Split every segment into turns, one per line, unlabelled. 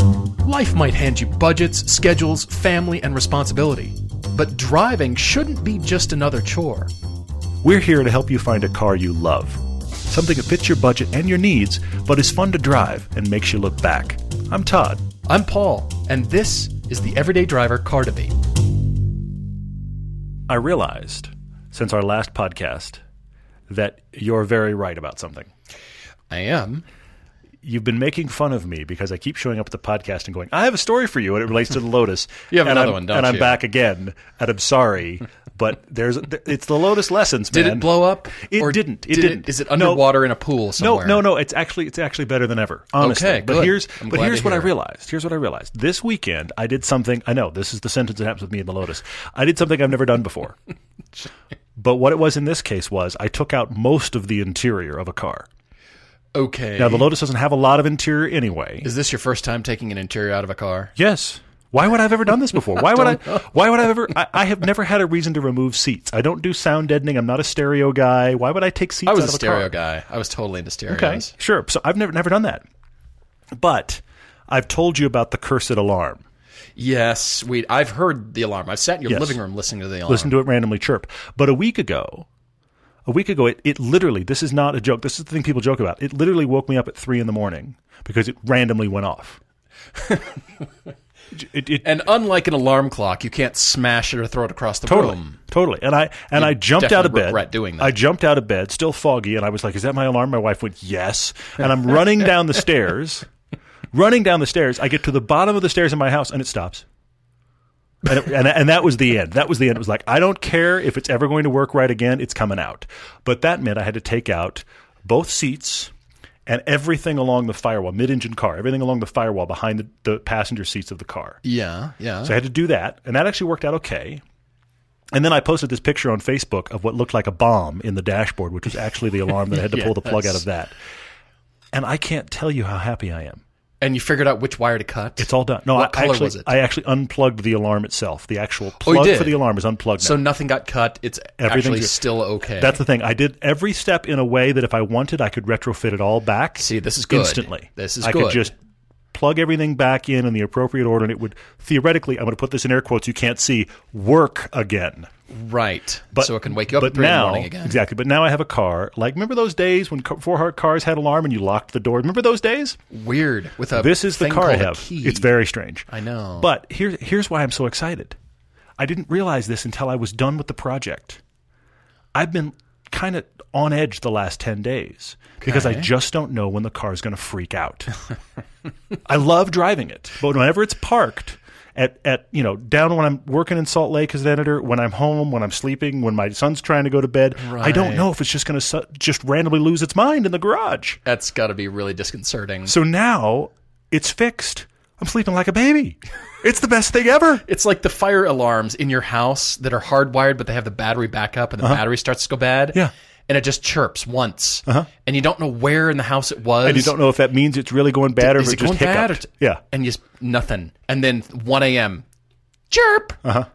Life might hand you budgets, schedules, family, and responsibility, but driving shouldn't be just another chore.
We're here to help you find a car you love. Something that fits your budget and your needs, but is fun to drive and makes you look back. I'm Todd.
I'm Paul, and this is the Everyday Driver Car Debate.
I realized since our last podcast that you're very right about something.
I am.
You've been making fun of me because I keep showing up at the podcast and going, I have a story for you, and it relates to the Lotus.
You have
and
another
I'm,
one, don't
And I'm
you?
back again, and I'm sorry, but there's it's the Lotus lessons,
Did
man.
it blow up?
It
Or
didn't. It
did
didn't.
Is it
No.
underwater in a pool somewhere?
No, no, no. It's actually it's actually better than ever. Honestly.
Okay,
but
good.
here's
I'm
but
glad
here's
to
what I
hear.
realized. Here's what I realized. This weekend I did something I know, this is the sentence that happens with me in the Lotus. I did something I've never done before. but what it was in this case was I took out most of the interior of a car.
Okay.
Now the Lotus doesn't have a lot of interior anyway.
is this your first time taking an interior out of a car?
Yes. Why would I have ever done this before? Why would I? Why would I have ever? I, I have never had a reason to remove seats. I don't do sound deadening. I'm not a stereo guy. Why would I take seats?
I was a
out of
stereo
car?
guy. I was totally into stereos.
Okay, sure. So I've never never done that, but I've told you about the cursed alarm.
Yes, we. I've heard the alarm. I've sat in your
Yes.
living room listening to the alarm.
Listen to it randomly chirp. But a week ago, a week ago, it, it literally. This is not a joke. This is the thing people joke about. It literally woke me up at three in the morning because it randomly went off. it, it,
and unlike an alarm clock, you can't smash it or throw it across the
Totally,
room.
totally. And I and I jumped out of
definitely
bed.
regret doing that.
I jumped out of bed, still foggy, and I was like, "Is that my alarm?" My wife went, "Yes," and I'm running down the stairs. Running down the stairs, I get to the bottom of the stairs in my house, and it stops. And, it- and, and that was the end. That was the end. It was like I don't care if it's ever going to work right again. It's coming out. But that meant I had to take out both seats and everything along the firewall, mid-engine car, everything along the firewall behind the, the passenger seats of the car.
Yeah, yeah.
So I had to do that, and that actually worked out okay. And then I posted this picture on Facebook of what looked like a bomb in the dashboard, which was actually the alarm that I had to pull the plug out of that. And I can't tell you how happy I am.
and you figured out which wire to cut.
It's all done. No,
What
I
color
actually
was it? Oh,
I actually unplugged the alarm itself. The actual
you
plug for
did?
the alarm is unplugged.
so
now.
nothing got cut. It's
Everything's
actually
good.
still okay.
That's the thing. I did every step in a way that if I wanted, I could retrofit it all back.
See, this is good.
Instantly.
This is
I
good.
could just plug everything back in in the appropriate order, and it would theoretically, I'm going to put this in air quotes, you can't see, work again.
right.
But,
so it can wake you up
but
at three in
now-
the morning again.
Exactly. But now I have a car. Like, remember those days when ca- four heart cars had alarm and you locked the door? Remember those days?
Weird. With a
This is the
thing
car I
called a
have.
key.
It's very strange.
I know.
But here, here's why I'm so excited. I didn't realize this until I was done with the project. I've been kind of on edge the last 10 days because I just don't know when the car's going to freak out. I love driving it, but whenever it's parked at, at you know down when I'm working in Salt Lake as an editor, when I'm home, when I'm sleeping, when my son's trying to go to bed, I don't
Right.
know if it's just going to su- just randomly lose its mind in the garage.
That's got to be really disconcerting.
So now it's fixed. I'm sleeping like a baby. It's the best thing ever.
It's like the fire alarms in your house that are hardwired, but they have the battery backup, and the battery starts to go bad.
Uh-huh. Yeah. Uh-huh.
and it just chirps once, and you don't know where in the house it was.
And you don't know if that means it's really going bad or if
is it
it,
going
just
bad? Or
hiccuped. Yeah.
and just nothing. And then 1 a.m. chirp.
Uh-huh.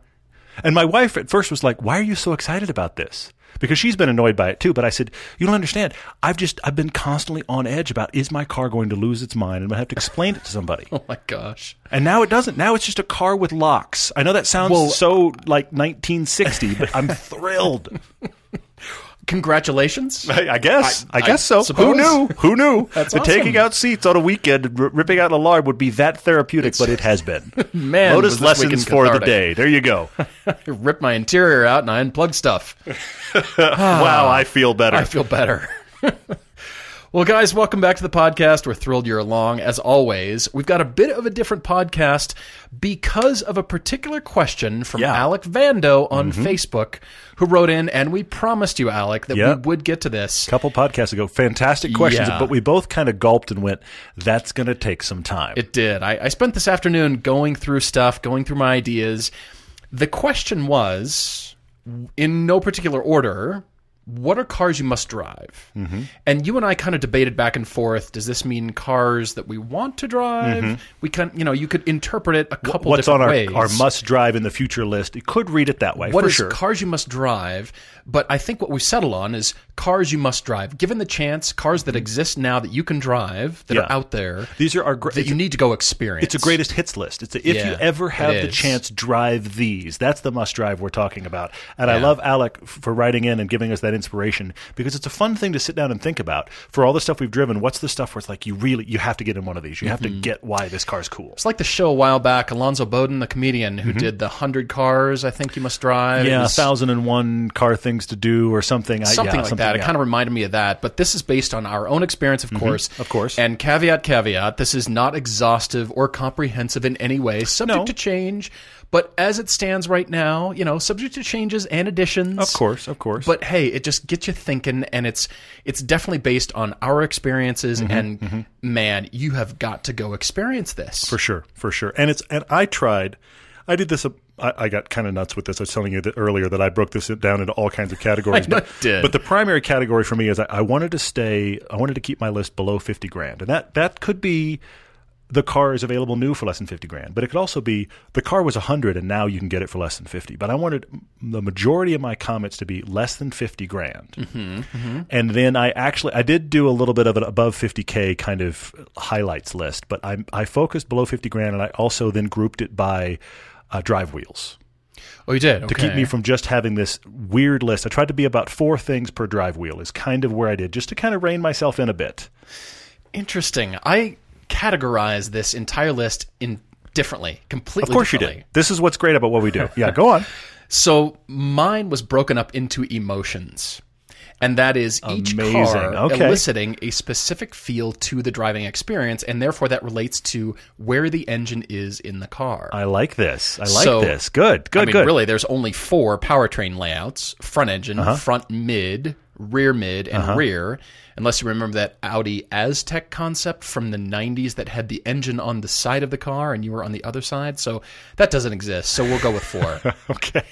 And my wife at first was like, "Why are you so excited about this?" Because she's been annoyed by it too. But I said, "You don't understand. I've just I've been constantly on edge about is my car going to lose its mind, and I have to explain it to somebody.
Oh my gosh.
And now it doesn't. Now it's just a car with locks. I know that sounds
Well-
so like 1960, but I'm thrilled.
Congratulations.
I, I guess. I,
I
guess so. Who
suppose.
knew? Who knew?
That's
that
awesome.
taking out seats on a weekend, r- ripping out an alarm would be that therapeutic, but it has been.
Man, was
Lotus
this
lessons
weekend
for the
cathartic.
day. There you go.
I ripped my interior out and I unplugged stuff.
wow, I feel better.
I feel better. well, guys, welcome back to the podcast. We're thrilled you're along. As always, we've got a bit of a different podcast because of a particular question from
Yeah. Mm-hmm.
Alec Vando on Facebook, who wrote in, and we promised you, Alec, that
Yep.
we would get to this.
couple podcasts ago, fantastic questions,
Yeah.
but we both kind of gulped and went, that's going to take some time.
It did. I, I spent this afternoon going through stuff, going through my ideas. The question was, in no particular order, what are cars you must drive?
Mm-hmm.
And you and I kind of debated back and forth. Does this mean cars that we want to drive? We can, you know, you could interpret it a couple
Mm-hmm. What's on
different
our,
ways.
our must drive in the future list? You could read it that way
What
for
is
sure.
cars you must drive but i think what we settle on is cars you must drive given the chance cars that exist now that you can drive that
Mm-hmm. Yeah.
are out there
These are our gr-
that you need to go experience
It's a greatest hits list. It's a, if
Yeah,
you ever have
it
the
is.
chance, drive these. That's the must drive we're talking about. And I love Alec f- for writing in and giving us that inspiration because it's a fun thing to sit down and think about. For all the stuff we've driven, what's the stuff where it's like you really you have to get in one of these. You have
Mm-hmm.
to get why this car's cool.
it's like the show a while back alonzo bowden the comedian who did the 100 cars i think you must drive It
Mm-hmm. Yeah,
was
thousand and one car things to do or something. I- yeah,
something like that it
yeah. Mm-hmm.
kind of reminded me of that but this is based on our own experience of course
of course.
and caveat caveat this is not exhaustive or comprehensive in any way subject
No.
to change but as it stands right now you know subject to changes and additions
Of course, of course.
but hey it just gets you thinking and it's it's definitely based on our experiences
Mm-hmm.
and man you have got to go experience this
For sure, for sure. And it's and I tried. I did this. uh, I, I got kind of nuts with this. I was telling you that earlier that I broke this down into all kinds of categories.
know
but,
you did.
but the primary category for me is I, I wanted to stay. I wanted to keep my list below fifty grand, and that that could be the car is available new for less than 50 grand but it could also be the car was 100 and now you can get it for less than 50 but i wanted the majority of my comments to be less than 50 grand and then i actually i did do a little bit of an above 50k kind of highlights list but i, I focused below 50 grand and i also then grouped it by uh, drive wheels
oh you did okay.
to keep me from just having this weird list. I tried to be about four things per drive wheel, is kind of where I did, just to kind of rein myself in a bit.
interesting i categorize this entire list in differently completely
Of course, you
differently.
did. This is what's great about what we do. Yeah, go on.
So mine was broken up into emotions. And that is each
Amazing.
car
Okay.
eliciting a specific feel to the driving experience, and therefore that relates to where the engine is in the car.
I like this. I like
So-
this. Good, good,
I mean,
good.
really, there's only four powertrain layouts: front engine,
Uh-huh.
front mid, rear mid, and rear. Unless you remember that Audi Aztec concept from the '90s that had the engine on the side of the car and you were on the other side, so that doesn't exist. So we'll go with four.
Okay.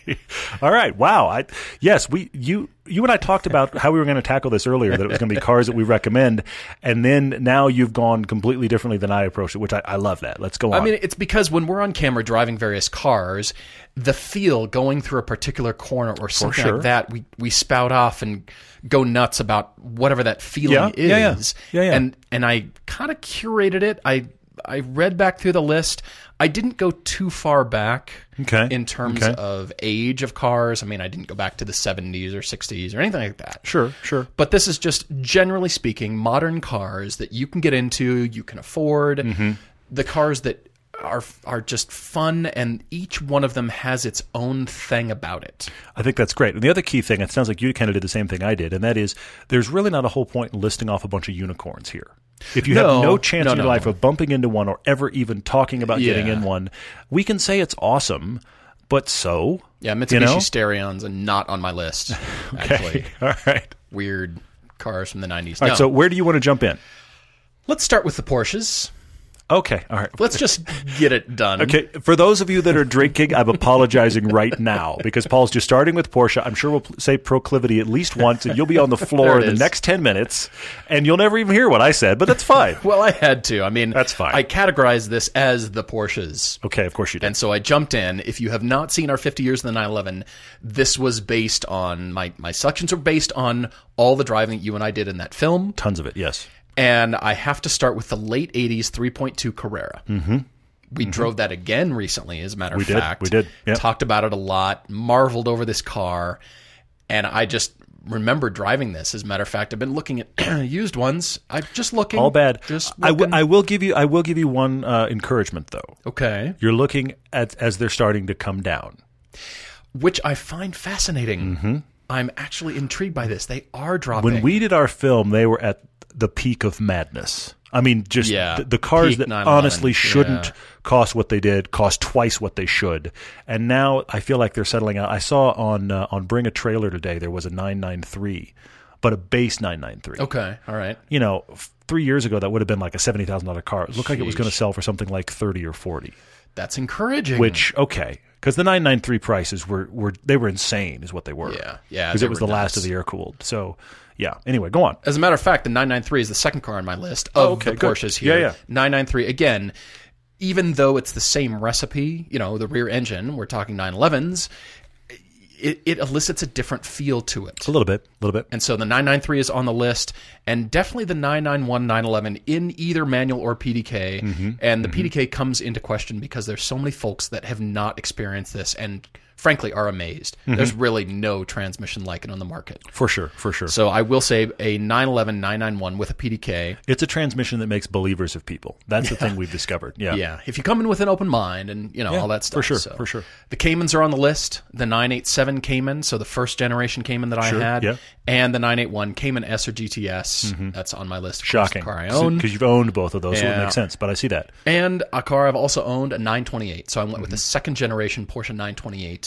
All right. Wow. I yes, we you you and I talked about how we were going to tackle this earlier that it was going to be cars that we recommend and then now you've gone completely differently than I approached it, which I, I love that. Let's go on.
I mean, it's because when we're on camera driving various cars, the feel going through a particular corner or something
sure.
like that, we, we spout off and go nuts about whatever that feeling
Yeah,
is.
yeah, yeah. Yeah, yeah.
And and I kind of curated it. I I read back through the list. I didn't go too far back
Okay.
in terms
Okay.
of age of cars. I mean, I didn't go back to the 70s or 60s or anything like that.
sure, sure.
But this is just generally speaking modern cars that you can get into, you can afford,
Mm-hmm.
the cars that are are just fun and each one of them has its own thing about it.
I think that's great. And the other key thing, it sounds like you kind of did the same thing I did, and that is there's really not a whole point in listing off a bunch of unicorns here. If you
No.
have no chance
No,
in your
no.
life of bumping into one or ever even talking about getting
Yeah.
in one, we can say it's awesome, but so.
Yeah, Mitsubishi
You know?
Stereons are not on my list. Actually,
All right.
weird cars from the 90s.
All
No.
right. So where do you want to jump in?
let's start with the Porsches.
Okay. All right.
Let's just get it done.
Okay, for those of you that are drinking, I'm apologizing right now because Paul's just starting with Porsche. I'm sure we'll pl- say proclivity at least once, and you'll be on the floor
There it
in the
is.
next 10 minutes, and you'll never even hear what I said, but that's fine.
Well, I had to. I mean,
That's fine.
I categorized this as the Porsches.
Okay, of course you did.
And so I jumped in. If you have not seen our 50 years in the 911, this was based on my my selections were based on all the driving that you and I did in that film.
Tons of it, yes.
And I have to start with the late 80s 3.2 Carrera. Mm-hmm. We drove that again recently, as a matter of
did.
fact.
We did. Yep.
Talked about it a lot, marveled over this car. And I just remember driving this. As a matter of fact, I've been looking at used ones. I'm just looking.
All bad.
Just
I, w-
looking.
I will give you. I will give you one uh, encouragement though.
okay.
You're looking at as they're starting to come down.
which I find fascinating. I'm actually intrigued by this. They are dropping.
Mm-hmm. When we did our film, they were at the peak of madness. I mean, just
Yeah.
the, the cars
Peak
that
911.
honestly shouldn't cost what they did cost twice what they should. And now I feel like they're settling out. I saw on uh, on Bring a Trailer today there was a 993, but a base 993.
okay, all right.
You know, f- three years ago that would have been like a seventy thousand dollar car. It looked like it was going to sell for something like thirty or forty.
That's encouraging.
which okay, because the 993 prices were were they were insane, is what they were.
Yeah, yeah,
because
they
it was
were
the last of
nuts.
the air cooled. So yeah. Anyway, go on.
As a matter of fact, the 993 is the second car on my list of
Oh, okay,
the
good.
Porsches here.
Yeah, yeah.
993 again, even though it's the same recipe, you know, the rear engine, we're talking 911s, it, it elicits a different feel to it.
A little bit, a little bit.
And so the 993 is on the list, and definitely the 991, 911 in either manual or PDK. And the PDK comes into question because there's so many folks that have not experienced this and frankly are amazed. There's really no transmission like it on the market.
For sure, for sure.
So I will say a 911, 991 with a PDK.
It's a transmission that makes believers of people. That's the thing we've discovered. Yeah.
Yeah, if you come in with an open mind and you know all that stuff,
for sure,
so.
for sure.
The Caymans are on the list. The 987 Cayman, so the first generation Cayman that I had,
yeah. Mm-hmm.
and the 981 Cayman S or GTS. That's on my list. of course,
Shocking.
the car I own,
Because you've owned both of those, so it
Yeah.
makes sense. But I see that.
and a car I've also owned a 928. So I went with the second generation Porsche 928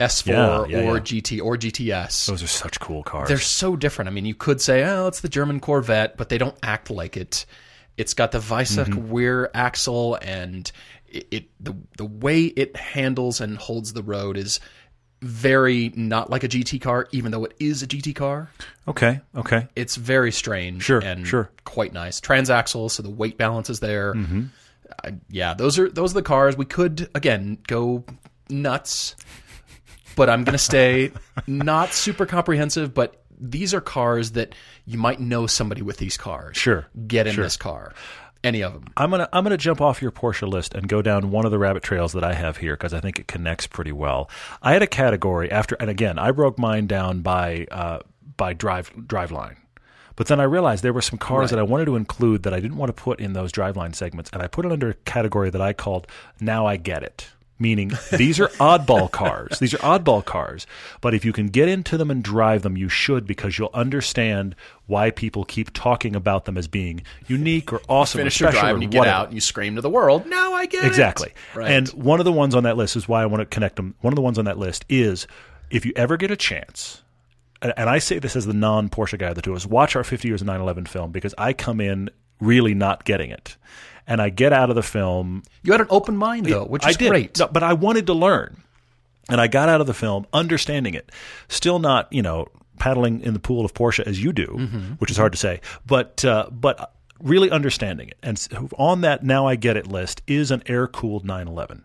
S4
Mm-hmm. Yeah, yeah,
or
yeah.
GT or GTS.
Those are such cool cars.
they're so different. I mean, you could say, oh, it's the German Corvette, but they don't act like it. It's got the Weissach rear axle, and it, it the the way it handles and holds the road is very not like a GT car, even though it is a GT car.
okay, okay.
It's very strange,
Sure,
and
sure. Mm-hmm.
quite nice transaxle, so the weight balance is there. Uh, yeah, those are those are the cars we could again go nuts, but I'm gonna stay not super comprehensive, but. These are cars that you might know somebody with these cars.
Sure,
Get in this car. Any of them.
I'm gonna I'm gonna jump off your Porsche list and go down one of the rabbit trails that I have here because I think it connects pretty well. I had a category after, and again, I broke mine down by uh, by drive driveline, but then I realized there were some cars that I wanted to include that I didn't want to put in those driveline segments, and I put it under a category that I called "Now I Get It." Meaning, these are oddball cars. These are oddball cars. But if you can get into them and drive them, you should because you'll understand why people keep talking about them as being unique or awesome
Finish
or
your
special
drive
or
and you get
whatever.
out and you scream to the world. Now I get it.
Exactly.
Right.
And one of the ones on that list is why I want to connect them. One of the ones on that list is if you ever get a chance, and and I say this as the non Porsche guy of the two, is watch our 50 Years of 9 11 film because I come in really not getting it. And I get out of the film
you had an open mind though, which is
I did.
great.
No, but I wanted to learn. And I got out of the film understanding it. Still not, you know, paddling in the pool of Porsche as you do,
Mm-hmm.
which is hard to say, but uh, but really understanding it. And so on that now I get it list is an air cooled 911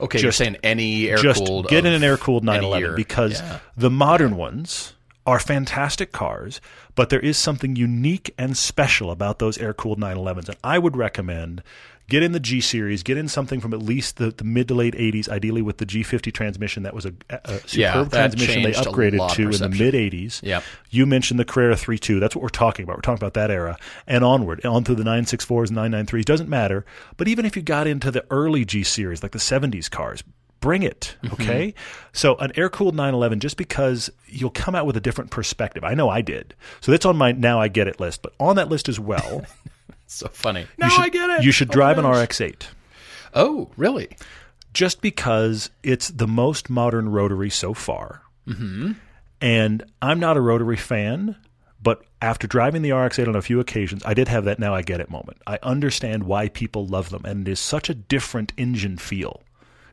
Okay, you're saying any air
just
cooled.
get in an air cooled 911
year.
because
Yeah.
the modern ones are fantastic cars, but there is something unique and special about those air cooled 911s. And I would recommend get in the G series, get in something from at least the, the mid to late 80s, ideally with the G50 transmission. That was a, a superb
Yeah, that
transmission they
changed a
upgraded
lot of
to in the
perception.
mid 80s.
Yep.
You mentioned the Carrera 32. That's what we're talking about. We're talking about that era and onward, and on through the 964s, 993s. Doesn't matter. But even if you got into the early G series, like the 70s cars, bring it.
Mm-hmm.
Okay. So an air cooled 911, just because you'll come out with a different perspective. I know I did. So that's on my now I get it list. But on that list as well,
So funny. Now
you should, You should drive an RX 8
Oh, really?
just because it's the most modern rotary so far. And I'm not a rotary fan, but after driving the RX 8 on a few occasions, I did have that now I get it moment. I understand why people love them, and it is such a different engine feel.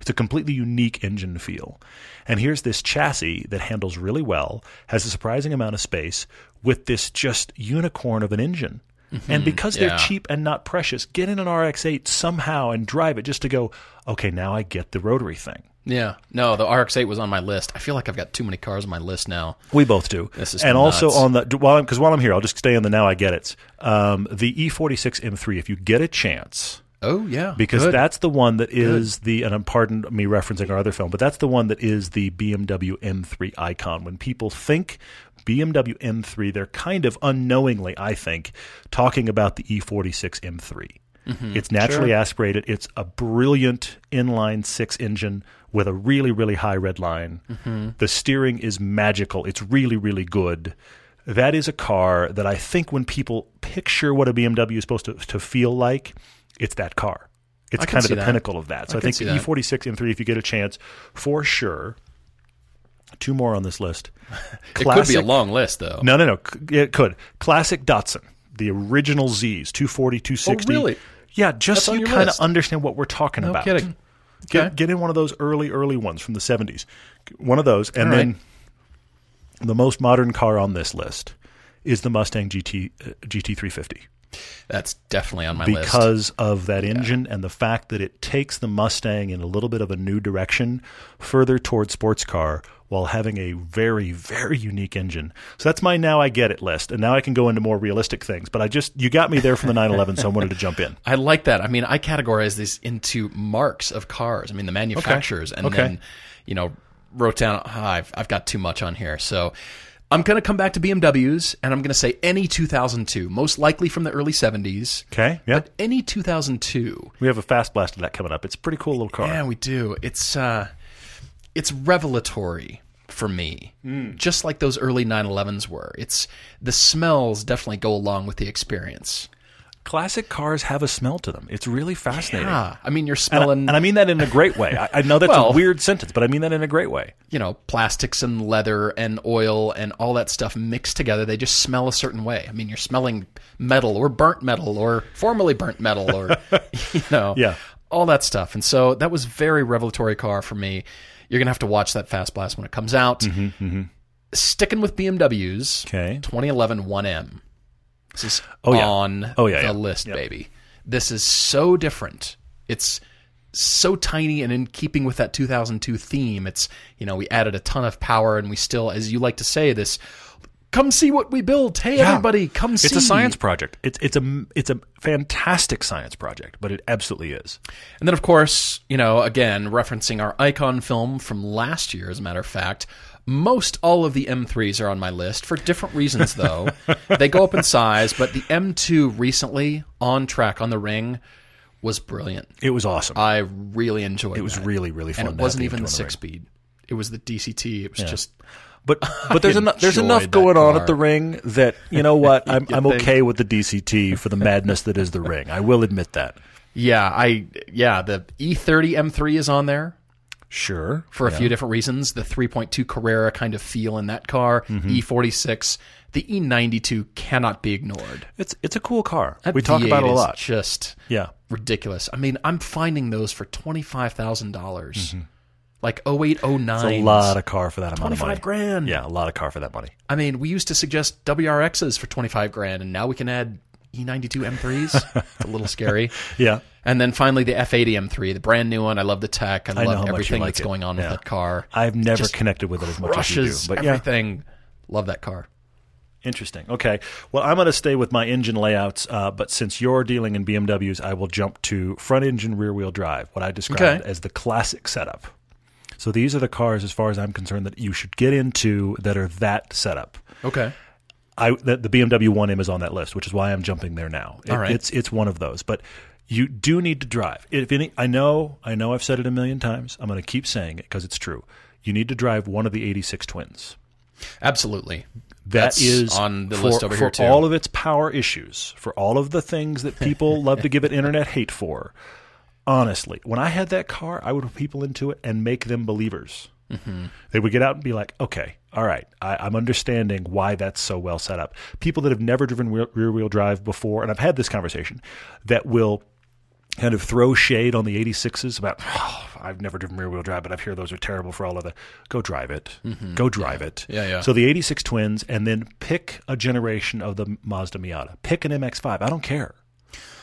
It's a completely unique engine feel. And here's this chassis that handles really well, has a surprising amount of space, with this just unicorn of an engine. And because
yeah.
they're cheap and not precious, get in an RX 8 somehow and drive it just to go, okay, now I get the rotary thing.
Yeah. No, the RX-8 was on my list. I feel like I've got too many cars on my list now.
We both do.
This is
and also
nuts.
on the while I'm because while I'm here, I'll just stay on the now I get it. Um, the E46 M3, if you get a chance,
Oh, yeah.
because
Good.
that's the one that is the and I'm pardon me referencing our other film, but that's the one that is the BMW M3 icon. When people think BMW M3, they're kind of unknowingly, I think, talking about the E E46 M3.
Mm-hmm.
It's naturally aspirated. It's a brilliant inline six engine with a really, really high red line.
Mm-hmm.
The steering is magical. It's really, really good. That is a car that I think when people picture what a BMW is supposed to, to feel like, it's that car. It's
can
kind of
see
the
that.
pinnacle of that. So I,
can
think E
see
the
that.
E46 M3, if you get a chance, for sure. Two more on this list.
it could be a long list, though.
No, no, no. C- It could. Classic Datsun, the original Zs, 240, 260.
Oh, really?
Yeah, just so
on
you
your
kind of
list.
understand what we're talking
No
about.
kidding.
Get,
Okay.
get in one of those early, early ones from the 70s. One of those. And
All right.
then the most modern car on this list is the Mustang GT, uh, GT350
That's definitely on my list.
because of that engine and the fact that it takes the Mustang in a little bit of a new direction further toward sports car while having a very very unique engine. So that's my now I get it list and now I can go into more realistic things, but I just you got me there from the 911 so I wanted to jump in.
I like that. I mean, I categorize these into marks of cars. I mean, the manufacturers, and
Okay.
then you know, wrote down. "Ah, I've I've got too much on here, so I'm going to come back to BMWs, and I'm going to say any 2002, most likely from the early 70s.
Okay? Yeah.
But any 2002,
we have a fast blast of that coming up. It's a pretty cool little car.
yeah, we do. It's uh, it's revelatory for me,
Hmm.
just like those early 911s were. It's the smells definitely go along with the experience.
Classic cars have a smell to them. It's really fascinating.
Yeah, Ah, I mean, you're
And, I,
smelling.
and I mean that in a great way. I, I know that's
Well-
a weird sentence, but I mean that in a great way.
you know, plastics and leather and oil and all that stuff mixed together, they just smell a certain way. I mean, you're smelling metal or burnt metal or formerly burnt metal or, you know,
Yeah.
all that stuff. And so that was very revelatory car for me. You're going to have to watch that Fast Blast when it comes out. Sticking with BMWs,
Mm-hmm, Okay.
2011 1M. This is
Oh, yeah.
on
Oh, yeah,
the
yeah.
list,
Yep.
baby. This is so different. It's so tiny and in keeping with that 2002 theme. It's, you know, we added a ton of power and we still, as you like to say, this come see what we built. Hey, everybody, come see.
It's a science project. It's it's a it's a fantastic science project, but it absolutely is.
And then, of course, you know, again, referencing our icon film from last year, as a matter of fact, most all of the M3s are on my list for different reasons, though. they go up in size, but the M2 recently on track on the ring was brilliant.
It was awesome.
I really enjoyed it.
it was really really fun.
and
to
it
have
wasn't
the
even
M2
the
on ring.
six speed. It was the DCT. It was just
But but there's enough there's
enjoyed
enough
that
going on
car.
at the ring that you know what I'm I'm
think?
okay with the DCT for the madness that is the ring. I will admit that.
yeah. I yeah. The E E30 M3 is on there.
Sure.
for a few different reasons. The 3.2 Carrera kind of feel in that car,
Mm-hmm.
E46, the E92 cannot be ignored.
It's it's a cool car.
That
we talk
V8
about it a
is
lot.
Just
yeah.
ridiculous. I mean, I'm finding those for twenty five thousand dollars, like 08, 09.
Mm-hmm. It's a lot of car for that amount of money.
25 grand.
Yeah, a lot of car for that money.
I mean, we used to suggest WRXs for twenty five grand, and now we can add E E92 M3s. it's a little scary.
Yeah.
And then finally the F80 M3, the brand new one. I love the tech. I,
know how
love
much you
everything
like
that's
it.
going on
Yeah.
with that car.
I've never connected with it as much as you do.
Crushes
But yeah,
everything. Love that car.
Interesting. Okay. Well, I'm going to stay with my engine layouts, uh, but since you're dealing in BMWs, I will jump to front engine, rear wheel drive, what I described
Okay.
as the classic setup. So these are the cars, as far as I'm concerned, that you should get into that are that setup.
Okay.
I the, the BMW 1M is on that list, which is why I'm jumping there now. It-
All right.
It's it's one of those, but you do need to drive. If any, I know, I know, I've said it a million times. I'm going to keep saying it because it's true. You need to drive one of the 86 twins.
Absolutely.
That
That's
is
on the
for,
list over
for
here too.
all of its power issues, for all of the things that people love to give it internet hate for. Honestly, when I had that car, I would put people into it and make them believers. They would get out and be like, "Okay, all right, I, I'm understanding why that's so well set up." People that have never driven wheel, rear-wheel drive before, and I've had this conversation, that will kind of throw shade on the 86s about "Oh, I've never driven rear wheel drive, but I've heard those are terrible for all of the. Go drive it. Go drive it.
Mm-hmm. Yeah, yeah.
So the 86 twins, and then pick a generation of the Mazda Miata. Pick an MX5. I don't care.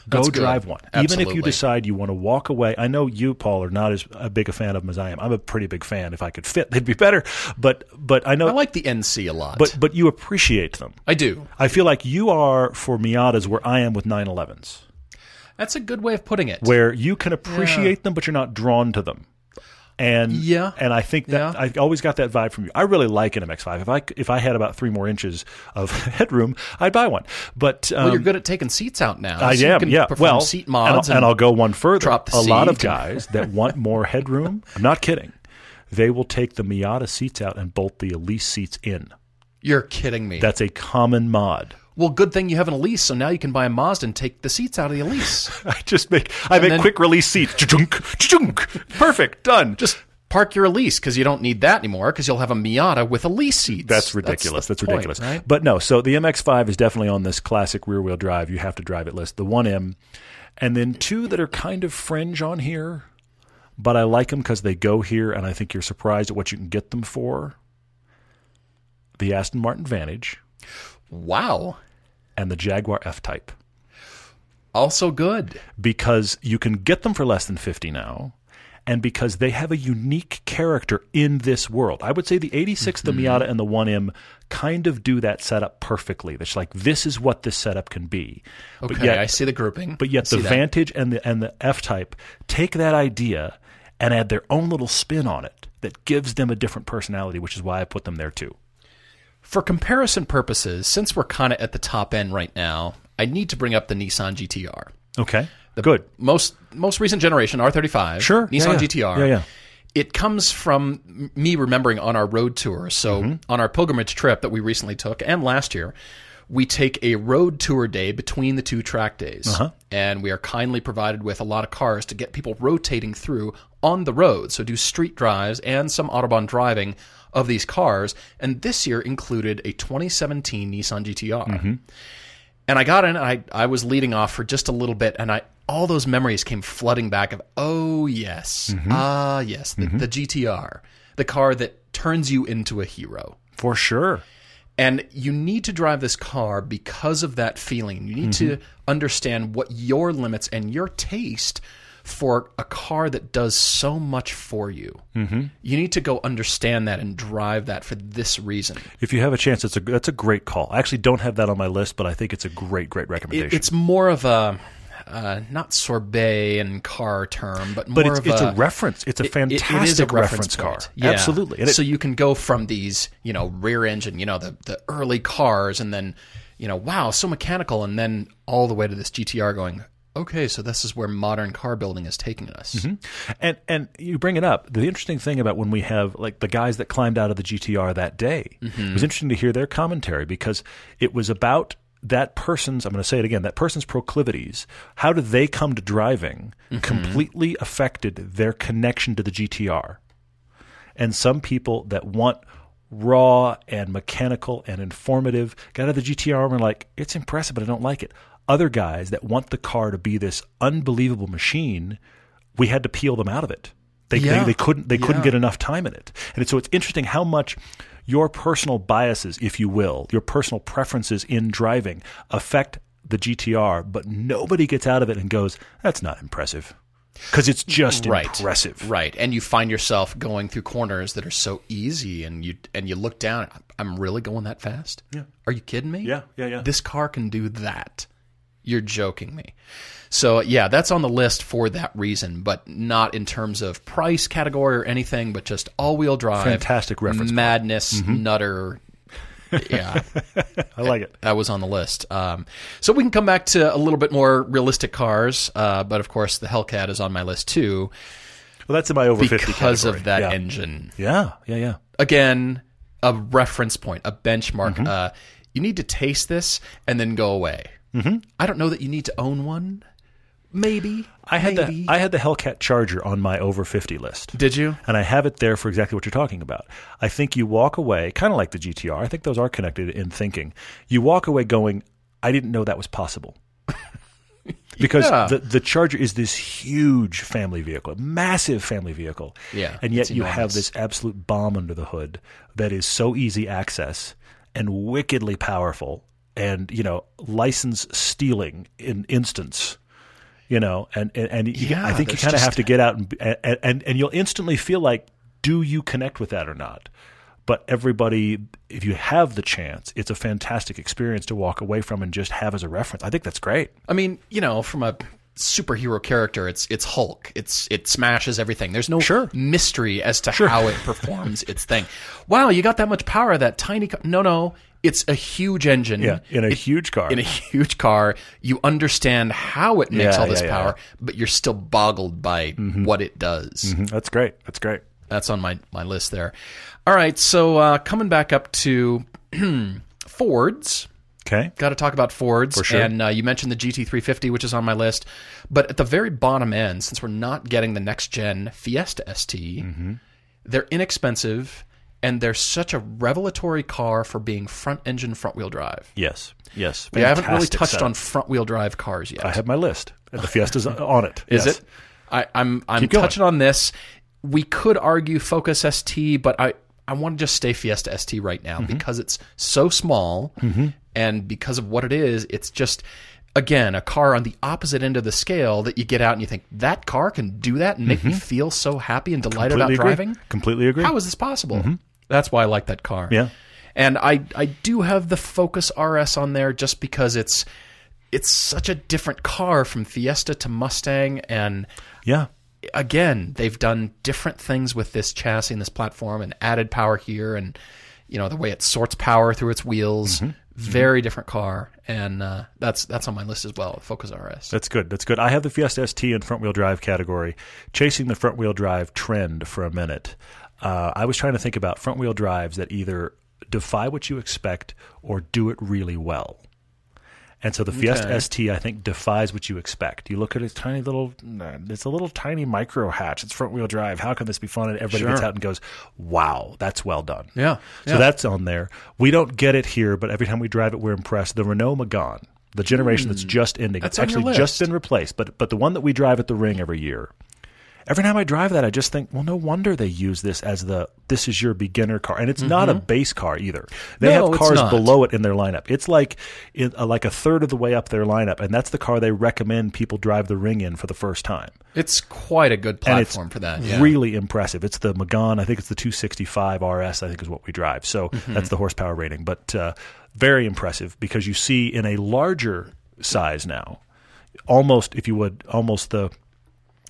Go
That's good.
drive one. Even if
Absolutely.
you decide you want to walk away. I know you, Paul, are not as a big a fan of them as I am. I'm a pretty big fan. If I could fit, they'd be better. But but I know.
I like the NC a lot.
but but you appreciate them.
I do.
I feel like you are for Miatas where I am with 911s,
That's a good way of putting it.
where you can appreciate them, but you're not drawn to them. And
Yeah.
and I think that
Yeah.
I always got that vibe from you. I really like an MX-5. If I c- if I had about three more inches of headroom, I'd buy one. But um,
well, you're good at taking seats out now.
I
so
am,
You can
yeah.
Perform
Well,
seat mods.
and, I'll, and I'll go one further.
drop the
a lot of
seat and-
guys that want more headroom. I'm not kidding. They will take the Miata seats out and bolt the Elise seats in.
you're kidding me.
That's a common mod.
well, good thing you have an Elise, so now you can buy a Mazda and take the seats out of the Elise.
I just make I make
then-
quick release seats. Chunk, chunk. Perfect. Done. Just
Just park your Elise because you don't need that anymore because you'll have a Miata with Elise seats.
that's ridiculous. That's,
the point,
ridiculous.
right?
But no, so the MX-5 is definitely on this classic rear-wheel drive. You have to drive it list. The 1M, and then two that are kind of fringe on here, but I like them because they go here, and I think you're surprised at what you can get them for. The Aston Martin Vantage
Wow.
and the Jaguar F Type.
Also good.
because you can get them for less than 50 now and because they have a unique character in this world. I would say the 86,
Mm-hmm.
the Miata and the 1M kind of do that setup perfectly. It's like this is what this setup can be.
Okay,
but yet,
I see the grouping.
but yet
I see
the
that.
Vantage and the and the F-Type take that idea and add their own little spin on it that gives them a different personality, which is why I put them there too.
For comparison purposes, since we're kind of at the top end right now, I need to bring up the Nissan GTR.
Okay. Good.
Most most recent generation R35.
Sure. Yeah,
Nissan
yeah.
GTR.
Yeah, yeah.
It comes from m- me remembering on our road tour. So
Mm-hmm.
on our pilgrimage trip that we recently took and last year, we take a road tour day between the two track days.
Uh-huh.
And we are kindly provided with a lot of cars to get people rotating through on the road. So do street drives and some Autobahn driving of these cars. And this year included a 2017 Nissan GTR
Mm-hmm.
and I got in. I I was leading off for just a little bit, and I all those memories came flooding back of oh yes, ah yes, the, the GTR, the car that turns you into a hero.
For sure.
And you need to drive this car because of that feeling. You need to understand what your limits and your taste for a car that does so much for you. Mm-hmm. You need to go understand that and drive that for this reason.
If you have a chance, it's a that's a great call. I actually don't have that on my list, but I think it's a great, great recommendation.
It- it's more of a uh, not sorbet and car term, but more
but it's,
of
it's
a,
a, reference. It's a
it- it is
fantastic
a
reference, car.
point. Yeah.
Absolutely. And it-
so you can go from these, you know, rear engine, you know, the the early cars, and then, you know, wow, so mechanical, and then all the way to this GTR going. Okay, so this is where modern car building is taking us.
Mm-hmm. and and you bring it up. The interesting thing about when we have like the guys that climbed out of the GTR that day,
Mm-hmm.
it was interesting to hear their commentary because it was about that person's I'm going to say it again, that person's proclivities, how did they come to driving
Mm-hmm.
completely affected their connection to the GTR. and some people that want raw and mechanical and informative got out of the GTR and were like, it's impressive, but I don't like it. Other guys that want the car to be this unbelievable machine, we had to peel them out of it. They, they-
Yeah.
they, couldn't they couldn't
Yeah.
get enough time in it. And it's- so it's interesting how much your personal biases, if you will, your personal preferences in driving affect the GTR, but nobody gets out of it and goes, that's not impressive. Because it's just
Right.
impressive.
Right, and you find yourself going through corners that are so easy, and you and you look down. I'm really going that fast? Yeah. Are you kidding me?
Yeah, yeah, yeah.
This car can do that. You're joking me. So yeah, that's on the list for that reason, but not in terms of price category or anything, but just all-wheel drive.
Fantastic reference point. Mm-hmm.
Madness, nutter. Yeah.
I like it.
that was on the list. Um, so we can come back to a little bit more realistic cars, uh, but of course the Hellcat is on my list too
Well, that's in my over 50
because
category.
of that
yeah.
engine.
Yeah, yeah, yeah.
Again, a reference point, a benchmark.
Mm-hmm.
Uh, you need to taste this and then go away. Mm-hmm. I don't know that you need to own one. Maybe
I had
Maybe.
the I had the Hellcat Charger on my over 50 list.
Did you?
And I have it there for exactly what you're talking about. I think you walk away kind of like the GTR. I think those are connected in thinking. You walk away going, I didn't know that was possible. Because
Yeah.
the, the Charger is this huge family vehicle, massive family vehicle.
Yeah,
And yet
it's
you have
enormous.
this absolute bomb under the hood that is so easy access and wickedly powerful and, you know, license stealing in instance. You know, and and, and you-
Yeah,
I think you
there's
kind of
just-
have to get out and, and and and you'll instantly feel like do you connect with that or not but everybody if you have the chance it's a fantastic experience to walk away from and just have as a reference i think that's great
I mean, you know, from a superhero character, it's it's Hulk. It's it smashes everything. There's no
Sure.
mystery as to how it performs its thing. Wow, you got that much power out of that tiny car. No, no. It's a huge engine.
yeah in a
It-
huge car
in a huge car. You understand how it makes
Yeah,
all this
yeah, Mm-hmm. yeah.
power, but you're still boggled by what it does.
Mhm. that's great that's great
That's on my, my list there. All right, so uh, coming back up to Fords.
okay
Got to talk about Fords.
sure.
And uh, you mentioned the GT350, which is on my list. But at the very bottom end, since we're not getting the next gen Fiesta ST,
Mm-hmm.
they're inexpensive and they're such a revelatory car for being front engine, front wheel drive.
yes yes
We haven't really
Fantastic
touched
setup.
on front wheel drive cars yet.
i have my list and the fiesta's on it
Is
Yes.
it? I, I'm I'm
Keep going.
touching on this. We could argue Focus ST, but I I want to just stay Fiesta ST right now
Mm-hmm.
because it's so small and because of what it is, it's just again a car on the opposite end of the scale that you get out and you think that car can do that and make me feel so happy and delighted about
Mm-hmm. Completely agree.
driving.
Completely agree.
How is this possible? Mm-hmm. That's why I like that car.
Yeah.
And I I do have the Focus RS on there just because it's it's such a different car from Fiesta to Mustang and
yeah.
again, they've done different things with this chassis and this platform and added power here and you know the way it sorts power through its wheels.
Mm-hmm.
Very different car and uh, that's that's on my list as well, Focus RS.
That's good. That's good. I have the Fiesta ST in front wheel drive category, chasing the front wheel drive trend for a minute. Uh, I was trying to think about front wheel drives that either defy what you expect or do it really well. And so the Fiesta ST, I think, defies what you expect. You look at its tiny little, it's a little tiny micro hatch. It's front wheel drive. How can this be fun? And everybody gets out and goes, "Wow, that's well done."
Yeah.
So
Yeah.
that's on there. We don't get it here, but every time we drive it, we're impressed. The Renault Megane, the generation that's just ending,
Hmm. That's
it's
on your
actually just
list.
been replaced. But but the one that we drive at the ring every year, every time I drive that, I just think, well, no wonder they use this as the this is your beginner car, and it's not a base car either. They
Mm-hmm. No,
have
it's
cars
not.
below it in their lineup. It's like in, uh, like a third of the way up their lineup, and that's the car they recommend people drive the ring in for the first time
It's quite a good
and it's
platform for that. Yeah.
Really impressive. It's the Magan. I think it's the 265 RS. I think is what we drive. So
Mm-hmm.
that's the horsepower rating. But uh, very impressive because you see in a larger size now, almost if you would, almost the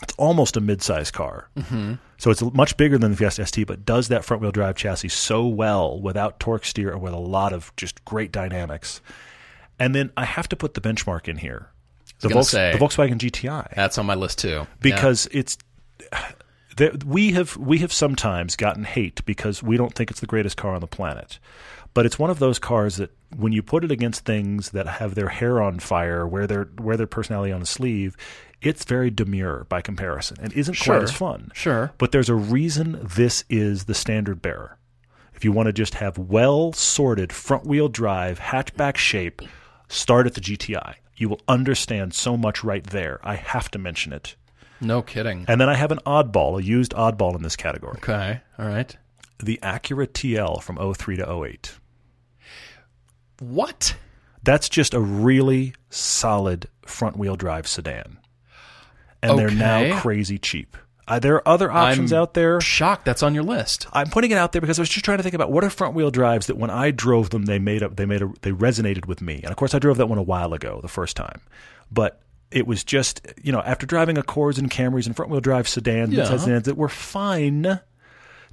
it's almost a mid-size car. Mm-hmm. So it's much bigger than the Fiesta ST, but does that front-wheel drive chassis so well without torque steer and with a lot of just great dynamics. And then I have to put the benchmark in here. The,
gonna
Volks-
say.
the Volkswagen GTI
that's on my list too. Yeah.
because it's that we have we have sometimes gotten hate because we don't think it's the greatest car on the planet. But it's one of those cars that when you put it against things that have their hair on fire, wear their wear their personality on a sleeve, it's very demure by comparison and isn't
Sure.
quite as fun.
Sure.
But there's a reason this is the standard bearer. If you want to just have well sorted front wheel drive hatchback shape, start at the GTI. You will understand so much right there. I have to mention it.
no kidding.
And then I have an oddball, a used oddball in this category.
Okay. All right.
The Acura TL from 03 to 08.
What?
That's just a really solid front wheel drive sedan. And they're
Okay.
now crazy cheap. Uh, there are other options
I'm-
out there.
Shocked that's on your list.
I'm putting it out there because I was just trying to think about what are front wheel drives that when I drove them they made up they made a, they resonated with me. And of course I drove that one a while ago the first time. But it was just you know after driving Accords and Camrys and front wheel drive sedans
Yeah.
midsize sedans that were fine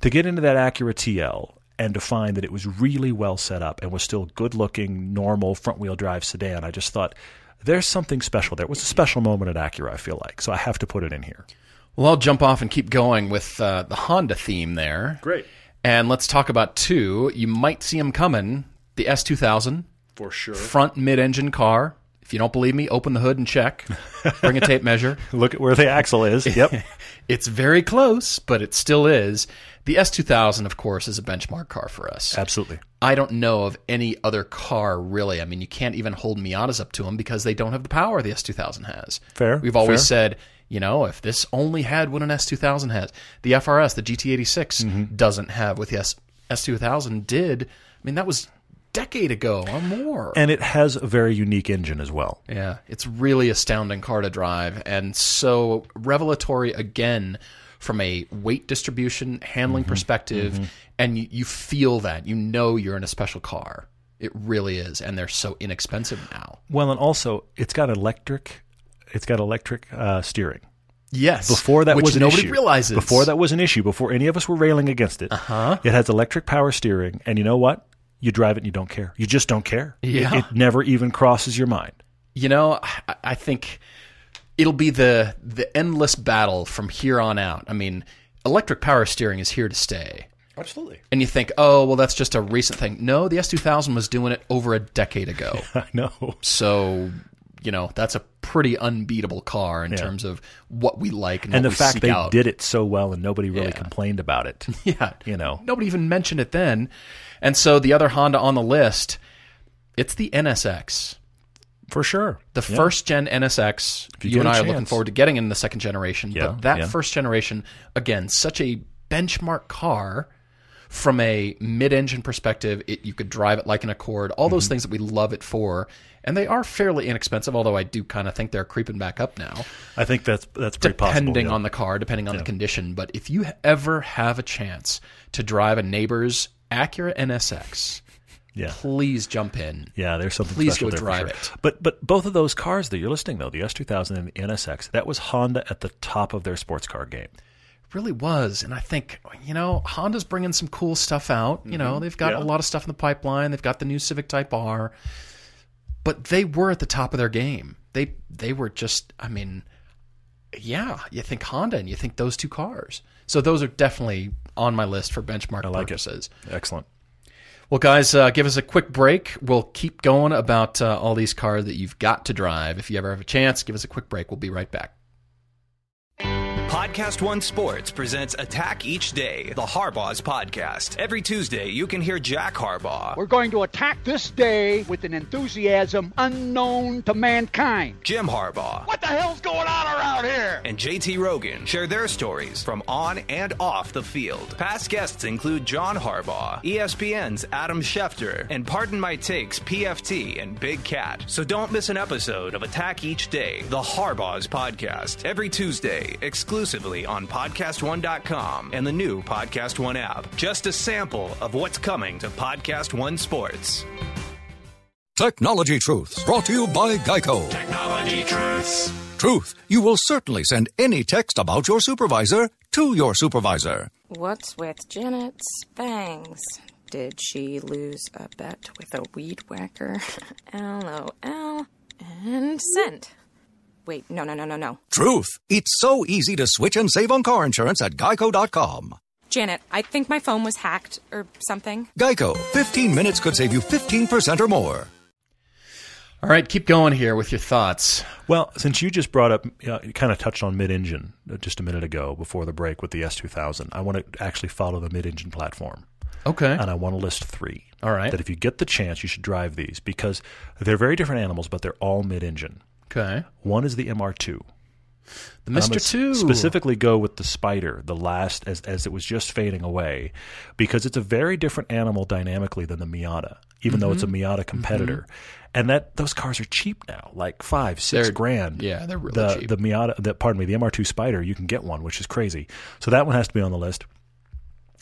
to get into that Acura TL and to find that it was really well set up and was still good looking normal front wheel drive sedan. I just thought there's something special there. It was a special moment at Acura I feel like. So I have to put it in here.
Well, I'll jump off and keep going with uh, the Honda theme there.
Great.
And let's talk about two. You might see them coming. The S2000,
For sure.
front mid-engine car. If you don't believe me, open the hood and check. Bring a tape measure.
Look at where the axle is. Yep.
It's very close, but it still is. The S2000, of course, is a benchmark car for us.
Absolutely.
I don't know of any other car really. I mean, you can't even hold Miatas up to them because they don't have the power the S2000 has.
Fair,
We've always
fair.
said, you know, if this only had what an S2000 has, the FRS, the GT86
Mm-hmm.
doesn't have what the S- S2000 did. I mean, that was decade ago or more.
and it has a very unique engine as well.
yeah, it's really astounding car to drive and so revelatory again from a weight distribution handling perspective and you, you feel that you know you're in a special car. It really is and they're so inexpensive now.
Well, and also it's got electric. It's got electric uh, steering.
Yes.
Before that
which
was an
nobody
issue.
realizes.
Before that was an issue. Before any of us were railing against it. Uh-huh. It has electric power steering, and you know what? You drive it and you don't care. You just don't care. It-
Yeah.
It, never even crosses your mind.
you know, I, I think it'll be the the endless battle from here on out. I mean, electric power steering is here to stay.
Absolutely.
And you think, oh, well, that's just a recent thing. No, the S2000 was doing it over a decade ago.
I know.
so, you know, that's a pretty unbeatable car in terms of what we like and,
And
what
the
we
fact
seek
they
out.
did it so well and nobody really
Yeah.
complained about it.
Yeah.
You know.
Nobody even mentioned it then. And so the other Honda on the list, it's the NSX.
for sure.
The first gen NSX,
you
you,
get
and
a
I are looking
chance.
forward to getting in the second generation.
Yeah,
but that
yeah.
first generation, again, such a benchmark car from a mid-engine perspective. It, you could drive it like an Accord. All
Mm-hmm.
those things that we love it for, and they are fairly inexpensive. Although I do kind of think they're creeping back up now,
I think that's that's pretty possible.
depending
yeah.
on the car, depending on the condition. But if you ever have a chance to drive a neighbor's Acura NSX,
yeah.
please jump in.
Yeah, there's something
Please
special
go
there for
drive
sure. But but both of those cars that you're listing though, the S2000 and the NSX, that was Honda at the top of their sports car game.
really was. And I think, you know, Honda's bringing some cool stuff out. You know, they've got
Mm-hmm. Yeah.
a lot of stuff in the pipeline. They've got the new Civic Type R. But they were at the top of their game. They they were just, I mean, yeah, you think Honda and you think those two cars. So those are definitely on my list for benchmark
like it.
purposes.
Excellent.
Well, guys, uh, give us a quick break. We'll keep going about uh, all these cars that you've got to drive. If you ever have a chance, give us a quick break. We'll be right back.
Podcast One Sports presents Attack Each Day, the Harbaugh's podcast. Every Tuesday, you can hear Jack Harbaugh,
We're going to attack this day with an enthusiasm unknown to mankind.
Jim Harbaugh,
What the hell's going on around here?
and JT Rogan share their stories from on and off the field. Past guests include John Harbaugh, E ESPN's Adam Schefter, and Pardon My Takes PFT and Big Cat. So don't miss an episode of Attack Each Day, the Harbaugh's podcast. Every Tuesday, exclusively on PodcastOne.com and the new Podcast One app. Just a sample of what's coming to Podcast One Sports.
Technology Truths, brought to you by Geico.
Technology Truths.
Truth, you will certainly send any text about your supervisor to your supervisor.
What's with Janet Spangs? Did she lose a bet with a weed whacker? LOL. And sent. Wait, no, no, no, no, no.
Truth, it's so easy to switch and save on car insurance at geico.com.
Janet, I think my phone was hacked or something.
Geico, 15 minutes could save you 15% or more.
All right, keep going here with your thoughts.
Well, since you just brought up, uh, you kind of touched on mid-engine uh, just a minute ago before the break with the S2000, I want to actually follow the mid-engine platform,
Okay.
and I want to list three.
All right.
That if you get the chance, you should drive these because they're very different animals, but they're all mid-engine.
Okay.
One is the MR2.
The
And I'm gonna
Mr.
s-
2.
Specifically, go with the spider, the last as as it was just fading away, because it's a very different animal dynamically than the Miata, even though it's
Mm-hmm.
a Miata competitor. And that those cars are cheap now, like five, six
They're-
grand.
yeah, they're really
the,
cheap.
The Miata, the, pardon me, the MR2 Spider, you can get one, which is crazy. So that one has to be on the list.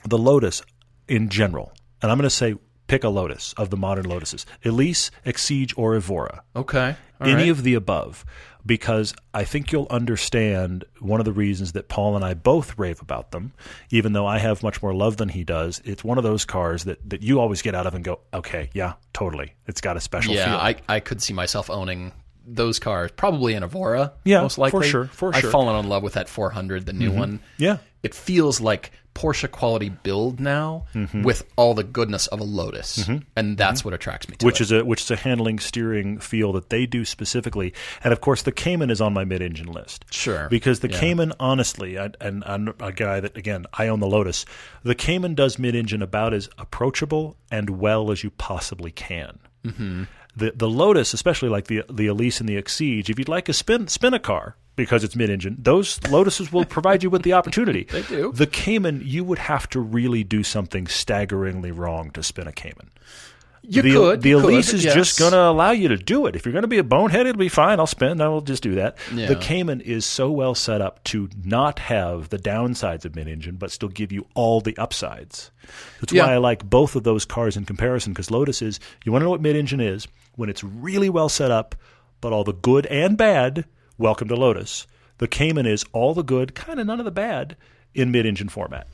The Lotus, in general, and I'm going to say pick a Lotus of the modern Lotuses: Elise, Exige, or Evora
Okay. All
any
right.
of the above because I think you'll understand one of the reasons that Paul and I both rave about them, even though I have much more love than he does. It's one of those cars that, that you always get out of and go, okay, yeah, totally. It's got a special
yeah,
feel.
I, I could see myself owning those cars, probably an Avora.
Yeah,
most
for
likely.
sure, for sure.
I've fallen in love with that 400, the new one.
yeah.
It feels like Porsche quality build now with all the goodness of a Lotus, and that's what attracts me to
Which
it.
is a which is a handling steering feel that they do specifically, and of course the Cayman is on my mid-engine list.
Sure.
because the Cayman, honestly, I, and I'm a guy that again I own the Lotus. The Cayman does mid-engine about as approachable and well as you possibly can.
Mm-hmm.
the the Lotus, especially like the the Elise and the Exige, if you'd like a spin spin a car because it's mid-engine, those Lotuses will provide you with the opportunity. they
do.
The Cayman, you would have to really do something staggeringly wrong to spin a Cayman.
you
the,
could.
the
you
Elise
could,
is
yes.
just going to allow you to do it. If you're going to be a bonehead, it'll be fine. I'll spin. I will just do that.
Yeah.
The Cayman is so well set up to not have the downsides of mid-engine, but still give you all the upsides. That's
Yeah.
why I like both of those cars in comparison because Lotus is. You want to know what mid-engine is when it's really well set up, but all the good and bad. Welcome to Lotus. The Cayman is all the good, kind of none of the bad in mid-engine format.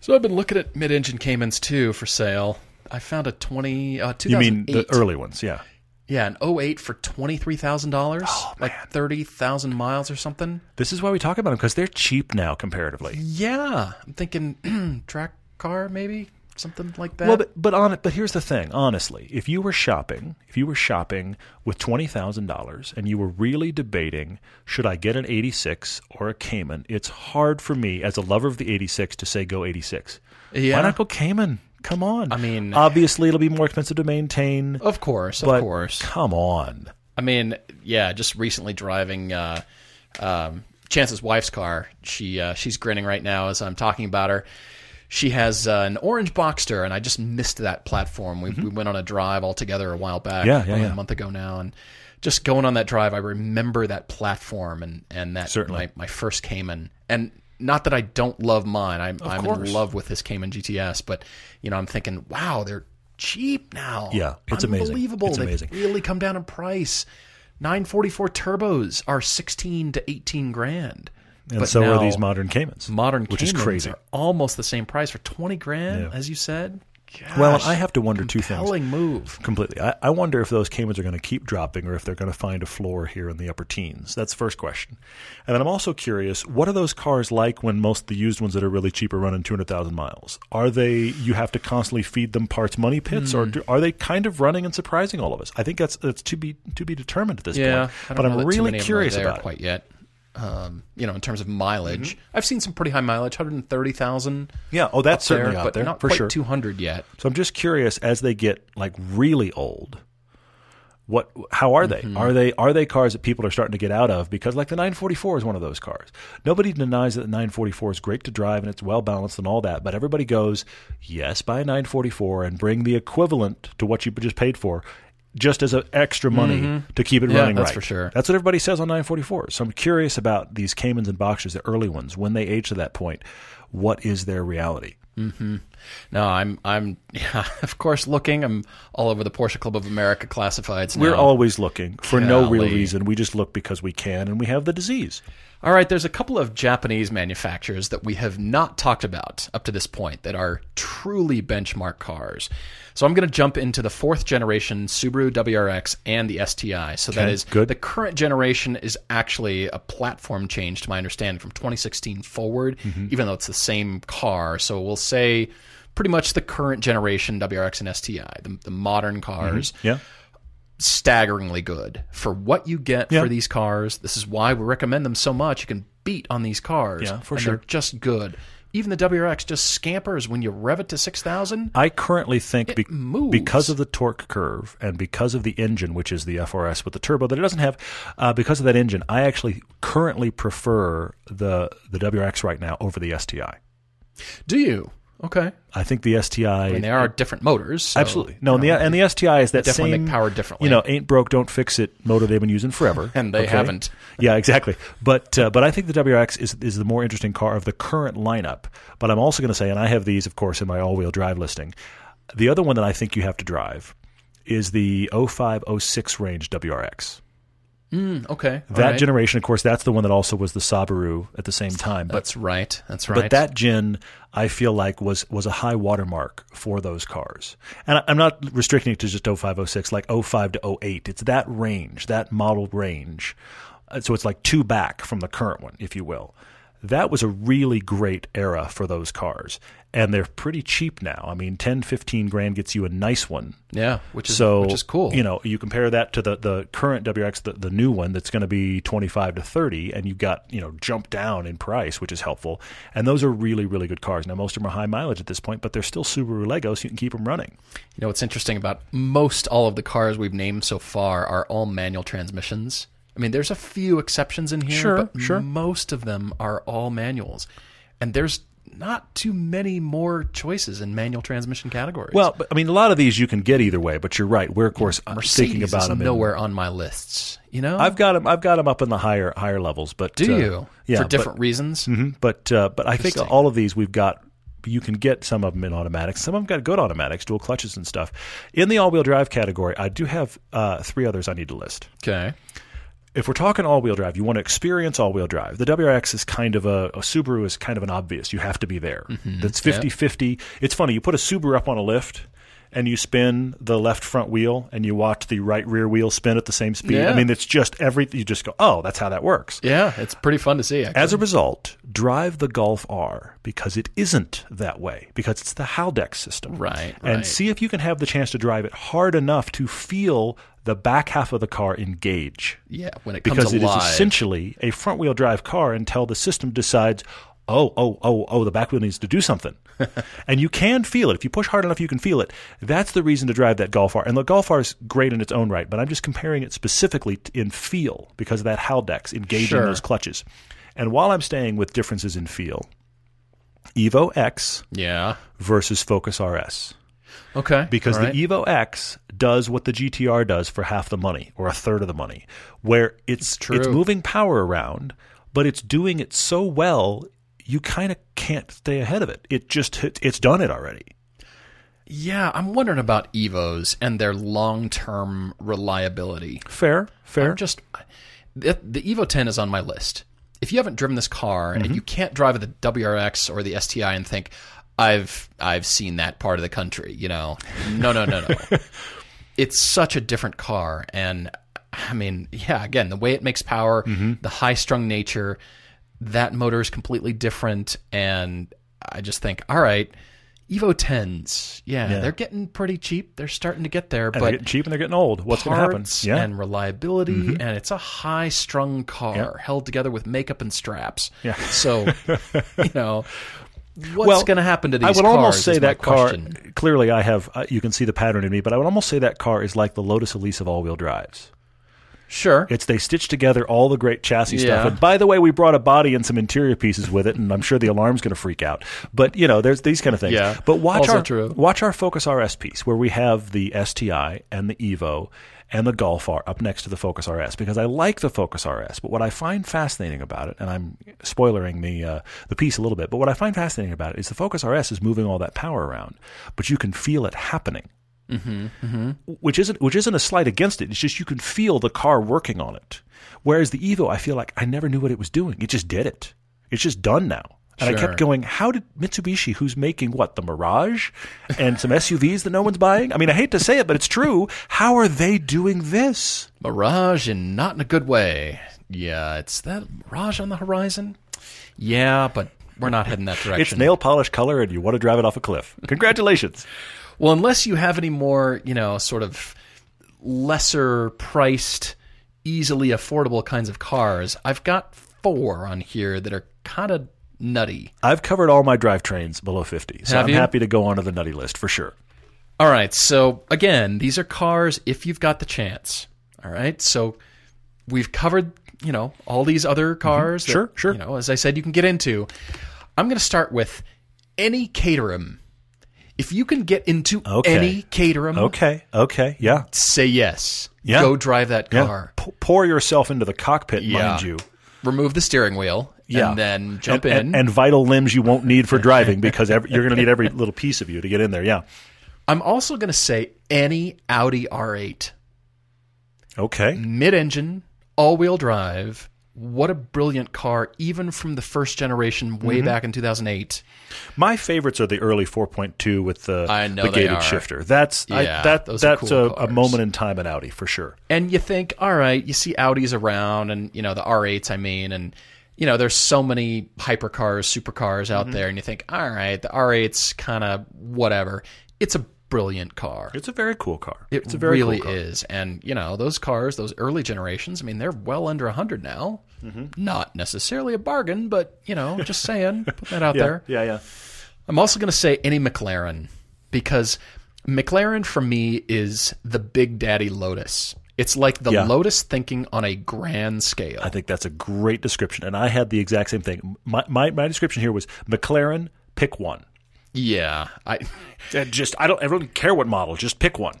So I've been looking at mid-engine Caymans too for sale. I found a 20 uh, 2008.
You mean the early ones? Yeah.
Yeah, an 08 for $23,000,
Oh,
like 30,000 miles or something.
This is why we talk about them because they're cheap now comparatively.
Yeah, I'm thinking track car maybe something like that.
Well, but but on but here's the thing. Honestly, if you were shopping, if you were shopping with twenty thousand dollars and you were really debating should I get an '86 or a Cayman, it's hard for me as a lover of the '86 to say go '86.
Yeah.
Why not go Cayman? Come on. I
mean-
obviously it'll be more expensive to maintain.
of course, of
but
course.
Come on.
I mean, yeah, just recently driving uh, um, Chance's wife's car. She uh, she's grinning right now as I'm talking about her. She has uh, an orange Boxster, and I just missed that platform. We, we went on a drive all together a while back,
Mm-hmm. Yeah, yeah,
probably
yeah.
a month ago now, and just going on that drive, I remember that platform and and that
Certainly.
my, my first Cayman and. Not that I don't love mine. I'm, I'm
course.
in love with this Cayman GTS, but you know, I'm thinking, wow, they're cheap now.
Yeah, it's amazing.
unbelievable.
It's
They've
amazing.
really come down in price. 944 turbos are 16 to 18 grand.
And
But
so
now
are these modern Caymans.
modern
which
Caymans
is crazy.
are almost the same price for 20 grand,
Yeah.
as you said.
well, and
Gosh,
I have to wonder two things.
compelling move.
Completely. I, I wonder if those Caymans are going to keep dropping or if they're going to find a floor here in the upper teens. That's the first question. And then I'm also curious what are those cars like when most of the used ones that are really cheap are running 200,000 miles? Are they, you have to constantly feed them parts money pits
Hmm.
or do, are they kind of running and surprising all of us? I think that's, that's to, be, to be determined at this
Yeah, I
point.
don't
But
know that
I'm
too
really
many of them are
curious
there
about it.
quite yet. Um, you know, in terms of mileage, I've seen some pretty high mileage, 130,000.
Yeah, oh, that's
up
certainly
there,
out
but
there,
not
for
quite
sure.
200 yet.
So I'm just curious as they get like really old, what how are they?
Mm-hmm.
Are they are they cars that people are starting to get out of because like the 944 is one of those cars. Nobody denies that the 944 is great to drive and it's well balanced and all that, but everybody goes, "Yes, buy a 944 and bring the equivalent to what you just paid for." Just as a extra money to keep it
Mm-hmm. Yeah,
running
that's
right.
for sure.
That's what everybody says on 944. So I'm curious about these Caymans and Boxers, the early ones, when they age to that point, what is their reality?
No, I'm, I'm, yeah, of course, looking. I'm all over the Porsche Club of America classifieds.
We're
now.
always looking for no real
Golly.
reason. We just look because we can, and we have the disease.
All right, there's a couple of Japanese manufacturers that we have not talked about up to this point that are truly benchmark cars. So I'm going to jump into the fourth generation Subaru WRX and the STI. So that
Okay,
is
good.
the current generation is actually a platform change, to my understanding, from 2016 forward,
Mm-hmm.
even though it's the same car. So we'll say pretty much the current generation WRX and STI, the, the modern
Mm-hmm.
cars
Yeah,
staggeringly good for what you get
Yeah.
for these cars. This is why we recommend them so much. You can beat on these cars.
Yeah, for
and
sure.
They're just good. Even the WRX just scampers when you rev it to six thousand.
I currently think be-
moves.
because of the torque curve and because of the engine, which is the FRS with the turbo that it doesn't have, uh, because of that engine, I actually currently prefer the the WRX right now over the STI.
Do you? Okay.
I think the STI.
I mean, there are different motors. so- um,
Absolutely no, and the and the STI is that
definitely
same
powered differently.
You know, ain't broke, don't fix it motor they've been using forever,
And they haven't.
Yeah, exactly. But uh, but I think the WRX is is the more interesting car of the current lineup. But I'm also going to say, and I have these, of course, in my all wheel drive listing. The other one that I think you have to drive is the 05 06 range WRX.
Okay. all
That
right.
generation, of course, that's the one that also was the Sabaru at the same time. But
That's right. That's right.
but that gin, I feel like was was a high watermark for those cars. And I, I'm not restricting it to just 0506, like 05 to 08. It's that range, that model range. Uh, So it's like two back from the current one, if you will. That was a really great era for those cars. And they're pretty cheap now. I mean, 10, 15 grand gets you a nice one.
yeah, which is
So
which is cool.
You know, you compare that to the, the current WRX, the, the new one that's going to be twenty five to thirty, and you've got you know jump down in price, which is helpful. And those are really really good cars. Now most of them are high mileage at this point, but they're still Subaru Legos. You can keep them running.
You know what's interesting about most all of the cars we've named so far are all manual transmissions. I mean, there's a few exceptions in here,
Sure,
but
sure.
most of them are all manuals, and there's not too many more choices in manual transmission categories.
Well, but, I mean, a lot of these you can get either way, but you're right. We're of course uh,
Mercedes
thinking about
is
them. in-
nowhere on my lists. You know,
I've got them. I've got 'em up in the higher higher levels, but
do
uh,
you
yeah,
for
but-
different reasons?
Mhm. But uh, but I think
Interesting.
all of these we've got. You can get some of them in automatics. Some of them got good automatics, dual clutches and stuff. In the all-wheel drive category, I do have uh, three others I need to list.
Okay,
If we're talking all-wheel drive, you want to experience all-wheel drive. The WRX is kind of a, a Subaru is kind of an obvious. You have to be there.
Mm-hmm.
That's 50-50. It's funny. You put a Subaru up on a lift. And you spin the left front wheel, and you watch the right rear wheel spin at the same speed. I
Yeah.
mean, it's just every. You just go, oh, that's how that works.
yeah, it's pretty fun to see. Actually.
As a result, drive the Golf R because it isn't that way, because it's the Haldex system.
Right,
And
right.
see if you can have the chance to drive it hard enough to feel the back half of the car engage.
yeah, when it comes
Because it is
alive.
essentially a front wheel drive car until the system decides oh, oh, oh, oh, the back wheel needs to do something. and you can feel it. If you push hard enough, you can feel it. That's the reason to drive that Golf R. And the Golf R is great in its own right, but I'm just comparing it specifically t- in feel because of that Haldex engaging
Sure.
those clutches. And while I'm staying with differences in feel, Evo X
Yeah.
versus Focus RS
Okay.
because
All right.
the E Evo X does what the GTR does for half the money or a third of the money, where it's it's,
true.
moving power around, but it's doing it so well you kind of can't stay ahead of it. It just hit- it's done it already.
yeah, I'm wondering about Evos and their long-term reliability.
Fair, fair.
I'm just the, the Evo 10 is on my list. If you haven't driven this car and you can't drive the WRX or the STI and think I've I've seen that part of the country, you know. No, no, no, no. it's such a different car and I mean, yeah, again, the way it makes power, the high-strung nature, that motor is completely different and I just think, all right, Evo 10s. Yeah, they're getting pretty cheap. They're starting to get there,
and
but
they're getting cheap and they're getting old. What's going to happen?
parts
Yeah, Mm-hmm.
and reliability, and it's a high strung car held together with makeup and straps. Yeah. So, you know, what's going to happen to these
I would
cars?
almost say
is my
that car.
question.
Clearly, I have. Uh, you can see the pattern in me, but I would almost say that car is like the Lotus Elise of all-wheel drives.
Sure.
It's they stitch together all the great chassis stuff.
Yeah.
And by the way, we brought a body and some interior pieces with it, and I'm sure the alarm's going to freak out. But you know, there's these kind of things.
Yeah.
But watch
Also
our
true.
watch our Focus RS piece where we have the STI and the Evo and the Golf R up next to the Focus RS because I like the Focus RS. But what I find fascinating about it, and I'm spoilering the uh, the piece a little bit, but what I find fascinating about it is the Focus RS is moving all that power around, but you can feel it happening which isn't which isn't a slight against it. It's just you can feel the car working on it. Whereas the Evo, I feel like I never knew what it was doing. It just did it. It's just done now. And I
Sure.
kept going, how did Mitsubishi, who's making what, the Mirage and some SUVs that no one's buying? I mean, I hate to say it, but it's true. How are they doing this?
Mirage and not in a good way. Yeah, it's that Mirage on the horizon. Yeah, but we're not heading that direction.
It's nail polish color and you want to drive it off a cliff. Congratulations.
Well, unless you have any more, you know, sort of lesser priced, easily affordable kinds of cars, I've got four on here that are kind of nutty.
I've covered all my drivetrains below 50, so
Have
I'm
you?
happy to go onto the nutty list for sure.
All right. So again, these are cars if you've got the chance. All right. So we've covered, you know, all these other cars. that,
Mm-hmm. Sure, sure.
You know, as I said, you can get into. I'm going to start with any Caterham. If you can get into
Okay.
any Caterham,
Okay, okay, yeah.
say yes.
Yeah.
Go drive that car.
P- pour yourself into the cockpit,
Yeah.
mind you.
Remove the steering wheel.
Yeah.
And then jump
and,
in.
and, and vital limbs you won't need for driving because every, you're going to need every little piece of you to get in there. Yeah.
I'm also going to say any Audi R8.
Okay.
mid engine, all wheel drive. What a brilliant car, even from the first generation way
Mm-hmm.
back in 2008.
My favorites are the early 4.2 with the,
I know
the
they
gated
are.
shifter. That's I-
Yeah,
that
those are
that's
cool
a, a
cars.
moment in time in Audi for sure.
And you think, all right, you see Audis around and, you know, the R8s, I mean, and, you know, there's so many hypercars, supercars
Mm-hmm.
out there, and you think, all right, the R8's kind of whatever. It's a brilliant car.
It's a very cool car.
It
it's a very
really
cool car.
is. And, you know, those cars, those early generations, I mean, they're well under 100 now.
Mm-hmm.
Not necessarily a bargain, but, you know, just saying, put that out
Yeah,
there.
yeah, yeah.
I'm also going to say any McLaren because McLaren for me is the big daddy Lotus. It's like the
Yeah.
Lotus thinking on a grand scale.
I think that's a great description, and I had the exact same thing. My my, my description here was McLaren. Pick one.
yeah, I
That Just I don't I don't care what model. Just pick one.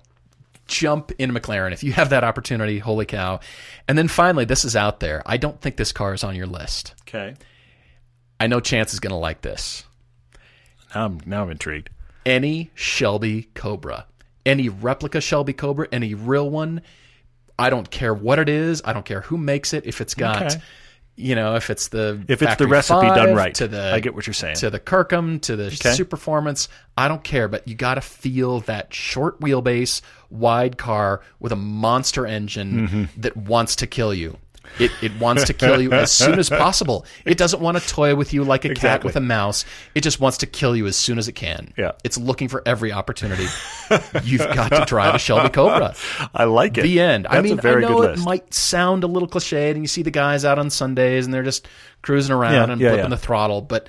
jump in McLaren if you have that opportunity. Holy cow! And then finally, this is out there. I don't think this car is on your list.
Okay.
I know Chance is going to like this.
Now I'm now I'm intrigued.
Any Shelby Cobra, any replica Shelby Cobra, any real one. I don't care what it is. I don't care who makes it. If it's got
Okay.
you know, if it's the
If it's the
Factory
recipe done
Five
right.
to the
I get what you're saying.
to the Kirkham to the
Okay.
Superformance, I don't care, but you got to feel that short
Mm-hmm.
wheelbase, wide car with a monster engine that wants to kill you. It, it wants to kill you as soon as possible. It doesn't want to toy with you like a cat
Exactly.
with a mouse. It just wants to kill you as soon as it can.
Yeah.
It's looking for every opportunity. You've got to drive a Shelby Cobra.
I like it.
The end.
That's
I mean,
a very
I know
good
it
list.
might sound a little cliched, and you see the guys out on Sundays and they're just cruising around
Yeah,
and
yeah,
flipping
yeah.
the throttle, but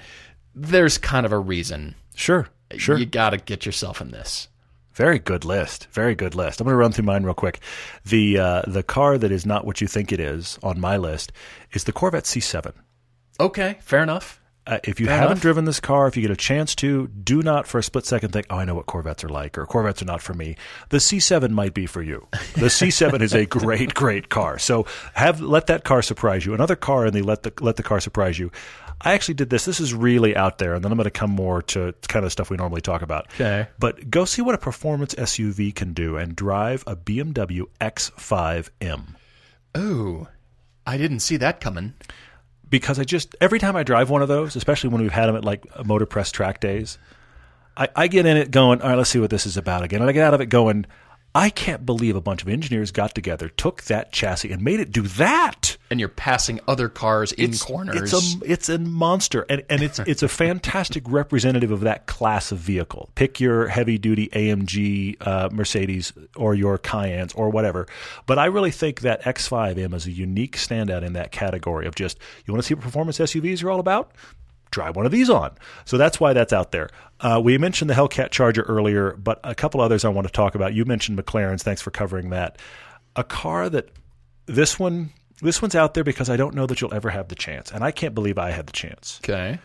there's kind of a reason.
sure, sure.
You got to get yourself in this.
Very good list. Very good list. I'm going to run through mine real quick. The uh, the car that is not what you think it is on my list is the Corvette C7.
Okay, fair enough.
Uh, if you
Fair
haven't
enough.
driven this car, if you get a chance to, do not for a split second think, "Oh, I know what Corvettes are like," or "Corvettes are not for me." The C7 might be for you. The C7 is a great, great car. So have let that car surprise you. Another car in the let the let the car surprise you. I actually did this. This is really out there, and then I'm going to come more to kind of the stuff we normally talk about.
Okay.
But go see what a performance SUV can do and drive a BMW X5M.
Ooh, I didn't see that coming.
because I just every time I drive one of those, especially when we've had them at like motor press track days, I, I get in it going, all right, let's see what this is about again, and I get out of it going, I can't believe a bunch of engineers got together, took that chassis, and made it do that.
And you're passing other cars in
It's-
corners.
It's a it's a monster, and and it's it's a fantastic representative of that class of vehicle. Pick your heavy duty AMG, uh, Mercedes, or your Cayennes, or whatever. But I really think that X5M is a unique standout in that category of just you want to see what performance SUVs are all about. Drive one of these on. So that's why that's out there. Uh, we mentioned the Hellcat Charger earlier, but a couple others I want to talk about. You mentioned McLaren's. Thanks for covering that. A car that this one this one's out there because I don't know that you'll ever have the chance, and I can't believe I had the chance.
okay.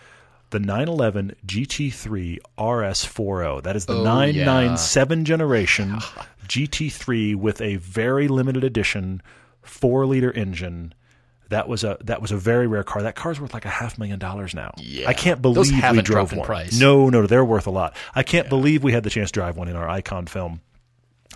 The 911 GT3 RS40. That is the
Oh,
997 generation GT3 with a very limited edition four liter engine. That was a that was a very rare car. That car's worth like a half million dollars now.
Yeah.
I can't believe
Those
we
haven't
drove
dropped in
one.
price.
No, no, they're worth a lot. I can't believe we had the chance to drive one in our Icon film.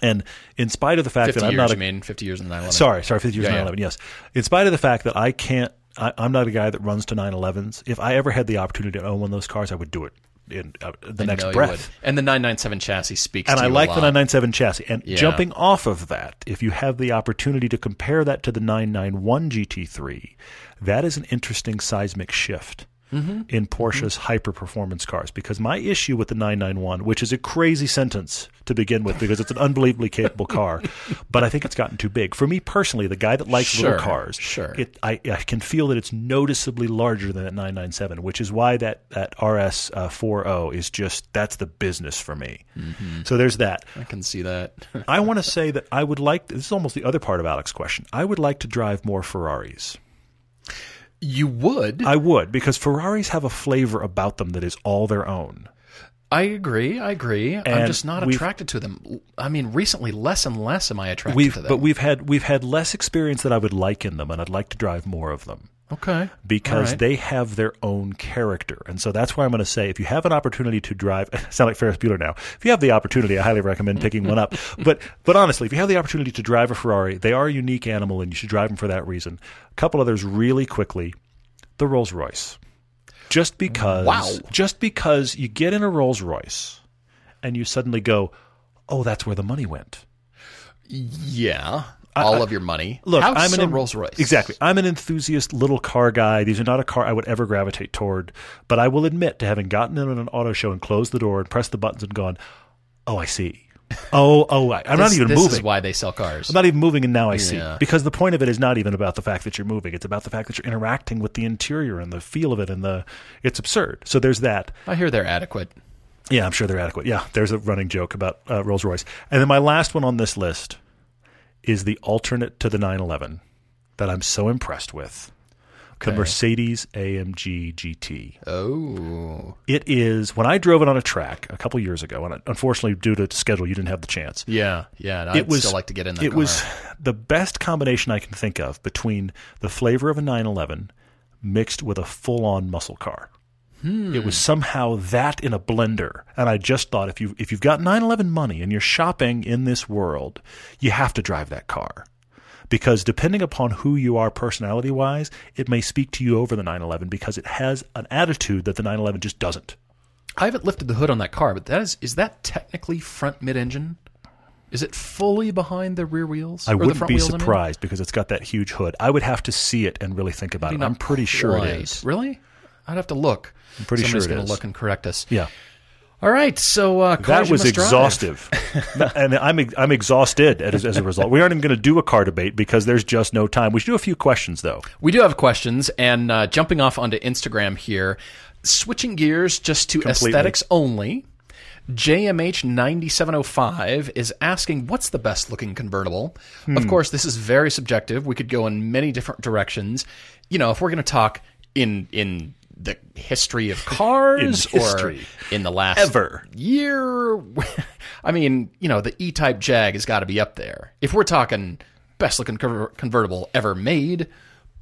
And in spite of the fact
50
that I'm
years,
not a
I mean, 50 years in 9
Sorry, sorry, 50 years
Yeah,
nine
yeah.
eleven. Yes, in spite of the fact that I can't, I, I'm not a guy that runs to nine elevens. If I ever had the opportunity to own one of those cars, I would do it in uh, the
I
next
know you would.
breath.
And the 997 chassis speaks
And
to
I
you a
like the
lot.
997 chassis. And
Yeah.
jumping off of that, if you have the opportunity to compare that to the 991 GT3, that is an interesting seismic shift.
Mm-hmm.
In Porsche's hyper performance cars, because my issue with the 991, which is a crazy sentence to begin with, because it's an unbelievably capable car, but I think it's gotten too big. For me personally, the guy that likes
Sure,
little cars,
sure.
it, I, I can feel that it's noticeably larger than that 997, which is why that, that RS uh, 40 is just that's the business for me.
Mm-hmm.
So there's that.
I can see that.
I want to say that I would like this is almost the other part of Alex's question. I would like to drive more Ferraris.
you would. I,
I would because Ferraris have a flavor about them that is all their own.
agree. I agree. I'm
And
just not
we've-
attracted to them. I mean, recently, less and less am I attracted
We've
to them.
but we've had we've had less experience that I would like in them and I'd like to drive more of them.
okay.
because
All right.
they have their own character. And so that's where I'm going to say if you have an opportunity to drive, I sound like Ferris Bueller now. If you have the opportunity, I highly recommend picking one up. But but honestly, if you have the opportunity to drive a Ferrari, they are a unique animal and you should drive them for that reason. A couple others really quickly. The Rolls-Royce. Just because
Wow.
just because you get in a Rolls-Royce and you suddenly go, "Oh, that's where the money went."
Yeah. all of your money.
Look,
How
I'm
so
an
Rolls Royce.
Exactly. I'm an enthusiast little car guy. These are not a car I would ever gravitate toward, but I will admit to having gotten in on an auto show and closed the door and pressed the buttons and gone, "Oh, I see." Oh, oh, I, I'm
This,
not even
this
moving.
is why they sell cars.
I'm not even moving, and now I see.
Yeah.
Because the point of it is not even about the fact that you're moving; it's about the fact that you're interacting with the interior and the feel of it, and the it's absurd. So there's that.
I hear they're adequate.
Yeah, I'm sure they're adequate. Yeah, there's a running joke about uh, Rolls Royce. And then my last one on this list is the alternate to the 911 that I'm so impressed with the Mercedes AMG GT.
Oh.
It is, when I drove it on a track a couple years ago, and unfortunately, due to schedule, you didn't have the chance
Yeah. Yeah. and I'd still like to get in that
it
car.
was the best combination I can think of between the flavor of a 911 mixed with a full-on muscle car. It was
Hmm.
somehow that in a blender, and I just thought if you if you've got 911 money and you're shopping in this world, you have to drive that car. Because depending upon who you are personality wise, it may speak to you over the 911 because it has an attitude that the 911 just doesn't.
I haven't lifted the hood on that car, but that is is that technically front mid engine? Is it fully behind the rear wheels?
I
Or the
wouldn't
front
be
wheels, I mean?
surprised because it's got that huge hood. I would have to see it and really think about it.
Not
I'm pretty sure
quite.
it is.
Really? I'd have to look. I'm
pretty sure
Somebody's
it
gonna
is.
look and correct us.
Yeah.
All right. So uh, Cars
That
You
was
Must Drive.
exhaustive. and I'm, I'm exhausted as, as a result. We aren't even going to do a car debate because there's just no time. We should do a few questions, though.
We do have questions, and uh, jumping off onto Instagram here, switching gears just to
Completely.
aesthetics only. JMH9705 is asking, What's the best looking convertible?
Hmm.
Of course, this is very subjective. We could go in many different directions. You know, if we're going to talk in, in, the history of cars
history.
or in the last
Ever.
year i mean you know the e-type jag has got to be up there if we're talking best looking conver- convertible ever made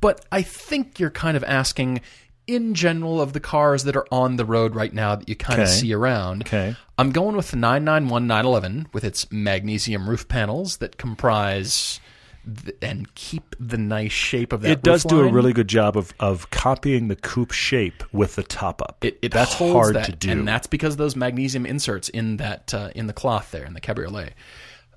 but i think you're kind of asking in general of the cars that are on the road right now that you kind of
Okay.
see around
Okay.
i'm going with the 991 911 with its magnesium roof panels that comprise th- and keep the nice shape of that
it does
roof
do a
line.
really good job of, of copying the coupe shape with the top up.
It, it
that's
holds
hard
that,
to do.
and that's because of those magnesium inserts in that uh, in the cloth there in the cabriolet.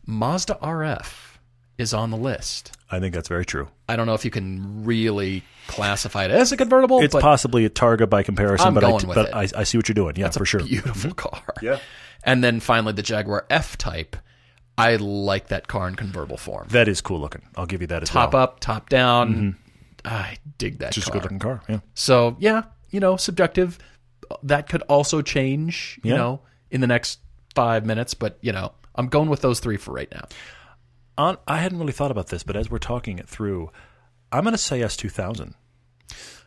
Mazda RF is on the list.
I think that's very true.
I don't know if you can really classify it as a convertible,
It's
Oh, but
possibly a Targa by comparison,
I'm
but, I,
going with
but
it.
I, I see what you're doing. Yeah, for sure. Mm-hmm.
beautiful car. Yeah. And then finally the Jaguar F Type. I like that car in convertible form.
That is cool looking. I'll give you that as well.
top up, top down. I dig that
Mm-hmm. Just a
car.
good looking car. Yeah.
So yeah, you know, subjective. That could also change, you
Yeah.
know, in the next five minutes. But you know, I'm going with those three for right now.
On, I hadn't really thought about this, but as we're talking it through, I'm going to say S2000.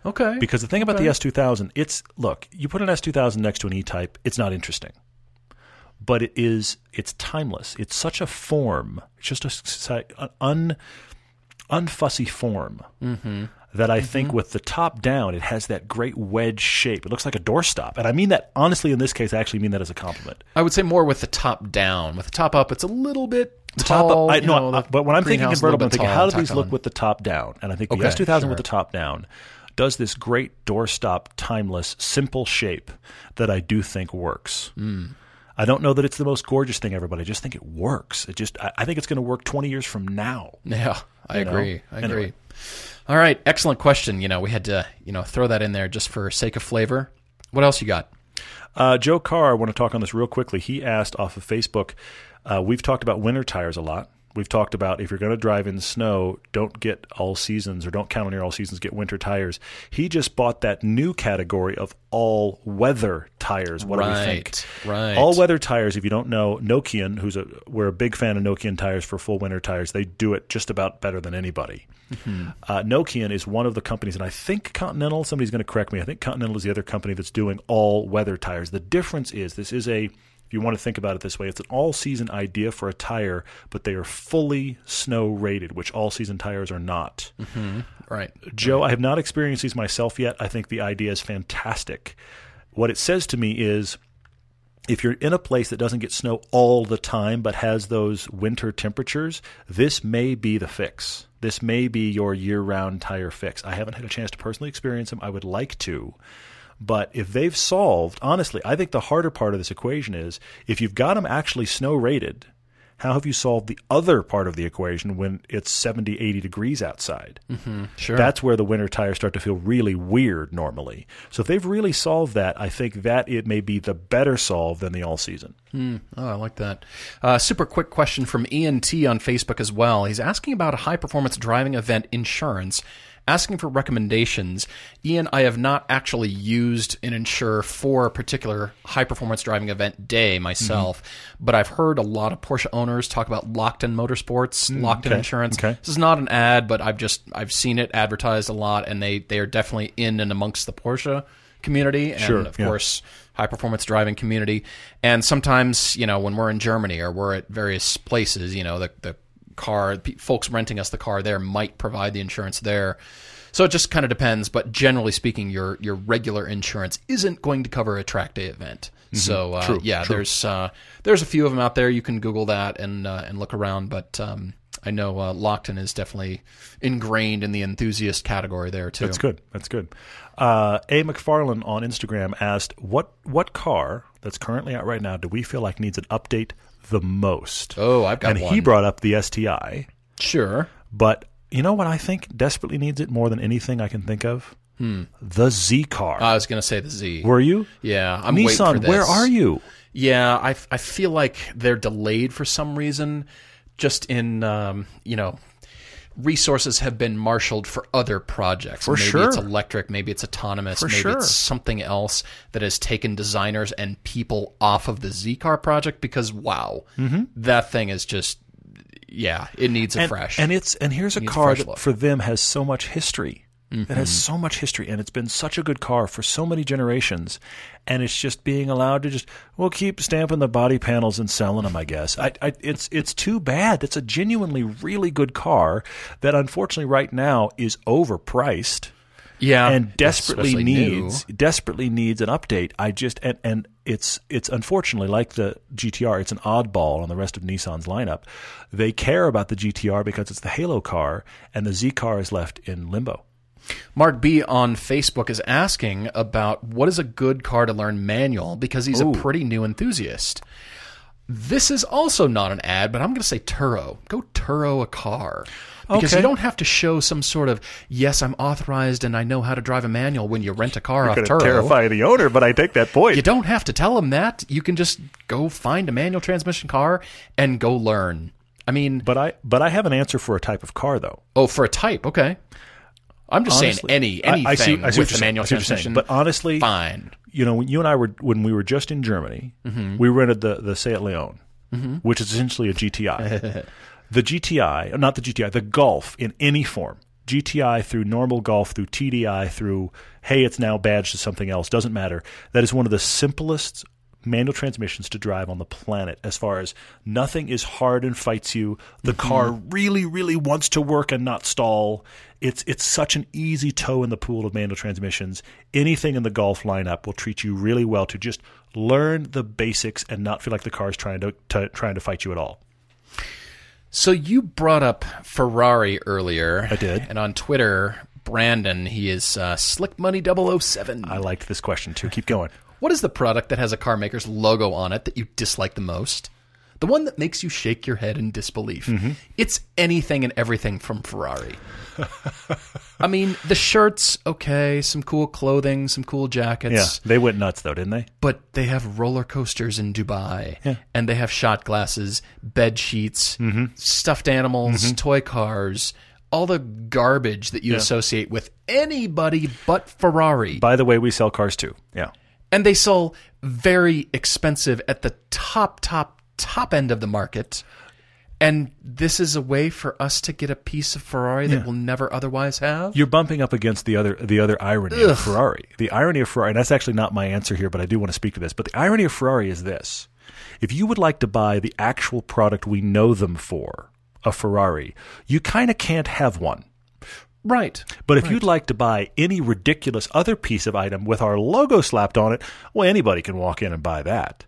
Okay.
Because the thing about the S2000, it's look, you put an S2000 next to an E-Type, it's not interesting. But it is it's timeless. It's such a form. It's just a s- an un unfussy form. That I think with the top down, it has that great wedge shape. It looks like a doorstop. And I mean that honestly in this case, I actually mean that as a compliment.
I would say more with the top down. With the top up, it's a little bit
The top
tall.
up, I,
you
no,
know,
I-
the
but when I'm thinking
greenhouse is a little
convertible, I'm
bit
thinking,
tall,
how do these
tacked
look
on.
with the top down? And I think
Okay,
the S2000
sure.
with the top down does this great doorstop, timeless, simple shape that I do think works.
Hmm.
I don't know that it's the most gorgeous thing ever, but I just think it works. It just, I, I think it's going to work 20 years from now.
Yeah, I
know?
agree. I agree.
Anyway.
All right, excellent question. You know, we had to you know throw that in there just for sake of flavor. What else you got?
Uh, Joe Carr, I want to talk on this real quickly. He asked off of Facebook. Uh, we've talked about winter tires a lot. We've talked about if you're going to drive in snow, don't get all seasons or don't count on your all seasons. Get winter tires. He just bought that new category of all weather tires. What do we think?
Right, right.
All weather tires. If you don't know, Nokian, who's a we're a big fan of Nokian tires for full winter tires. They do it just about better than anybody. Uh, Nokian is one of the companies, and I think Continental, somebody's going to correct me, I think Continental is the other company that's doing all weather tires. The difference is this is a, if you want to think about it this way, it's an all season idea for a tire, but they are fully snow rated, which all season tires are not.
Right.
Joe, I have not experienced these myself yet. I think the idea is fantastic. What it says to me is if you're in a place that doesn't get snow all the time but has those winter temperatures, this may be the fix. This may be your year round tire fix. I haven't had a chance to personally experience them. I would like to. But if they've solved, honestly, I think the harder part of this equation is if you've got them actually snow rated, how have you solved the other part of the equation when it's 70, 80 degrees outside?
Sure.
That's where the winter tires start to feel really weird normally. So if they've really solved that, I think that it may be the better solve than the all season.
Oh, I like that. Uh, super quick question from ENT on Facebook as well. He's asking about a high performance driving event insurance, asking for recommendations. Ian, I have not actually used an insurer for a particular high performance driving event day
Mm-hmm.
myself, but I've heard a lot of Porsche owners talk about Locked in Motorsports, Locked in
Mm, okay,
Insurance.
okay.
This is not an ad, but I've just I've seen it advertised a lot, and they they are definitely in and amongst the Porsche community, and
Sure,
of
yeah.
course high performance driving community. And sometimes, you know, when we're in Germany or we're at various places, you know, the, the car, pe- folks renting us the car there might provide the insurance there. So it just kind of depends. But generally speaking, your, your regular insurance isn't going to cover a track day event. So uh, yeah, there's uh, there's a few of them out there. You can Google that and uh, and look around, but um, I know uh, Lockton is definitely ingrained in the enthusiast category there too.
That's good. That's good. Uh, a McFarlane on Instagram asked, "What what car that's currently out right now do we feel like needs an update the most?"
Oh, I've got
and he
one.
brought up the STI,
Sure.
but you know what I think desperately needs it more than anything I can think of? The Z car.
I was going to say the Z.
Were you?
Hmm. Uh, yeah, I'm waiting for
Nissan,
this.
where are you?
Yeah, I, f- I feel like they're delayed for some reason. Just in um, you know, resources have been marshaled for other projects.
For
maybe
sure.
it's electric, maybe it's autonomous, maybe
sure.
it's something else that has taken designers and people off of the Z car project because wow, that thing is just yeah, it needs a
Mm-hmm. and,
fresh.
and it's and here's a
Needs a
car
fresh
that
look. Mm-hmm.
for them has so much history. That has so much history, and it's been such a good car for so many generations, and it's just being allowed to just we'll keep stamping the body panels and selling them. I guess I, I, it's it's too bad. It's a genuinely really good car that unfortunately right now is overpriced
yeah,
and desperately
especially new.
needs desperately needs an update. I just and, and it's it's unfortunately like the GTR, it's an oddball on the rest of Nissan's lineup. They care about the GTR because it's the Halo car, and the Z car is left in limbo.
Mark B on Facebook is asking about what is a good car to learn manual because he's a pretty new enthusiast. This is also not an ad, but I'm going to say Turo. Go Turo a car. Because
Okay.
you don't have to show some sort of, yes, I'm authorized and I know how to drive a manual when you rent a car off Turo.
the owner, but I take that
You
point.
don't have to tell them that. You can just go find a manual transmission car and go learn. I mean,
But I but I have an answer for a type of car though.
oh, for a type, okay. I'm just
Honestly,
saying any
I-
anything
I see- I see what you're
with a
saying.
manual
I see what you're saying.
transmission.
But honestly-
fine.
you know, when you and I were when we were just in Germany,
Mm-hmm.
we rented the the Seat Leon, which is essentially a GTI. the GTI, not the GTI, the Golf in any form, GTI through normal Golf through TDI through hey, it's now badged to something else, doesn't matter. That is one of the simplest manual transmissions to drive on the planet as far as nothing is hard and fights you the car really really wants to work and not stall it's it's such an easy toe in the pool of manual transmissions anything in the golf lineup will treat you really well to just learn the basics and not feel like the car is trying to, to trying to fight you at all
So you brought up Ferrari earlier.
I did.
And on Twitter, Brandon, he is uh, Slick Money 007.
i liked this question too keep going
What is the product that has a car maker's logo on it that you dislike the most? The one that makes you shake your head in disbelief.
Mm-hmm.
It's anything and everything from Ferrari. I mean, the shirts, okay, some cool clothing, some cool jackets.
yeah they went nuts though didn't they
but they have roller coasters in Dubai, and they have shot glasses, bed sheets, stuffed animals, toy cars, all the garbage that you associate with anybody but Ferrari.
by the way we sell cars too yeah
and they sell very expensive at the top, top, top end of the market. And this is a way for us to get a piece of Ferrari that we'll never otherwise have.
You're bumping up against the other the other irony of Ferrari. The irony of Ferrari, and that's actually not my answer here, but I do want to speak to this. But the irony of Ferrari is this: if you would like to buy the actual product we know them for, a Ferrari, you kind of can't have one.
right.
But if you'd like to buy any ridiculous other piece of item with our logo slapped on it, well, anybody can walk in and buy that.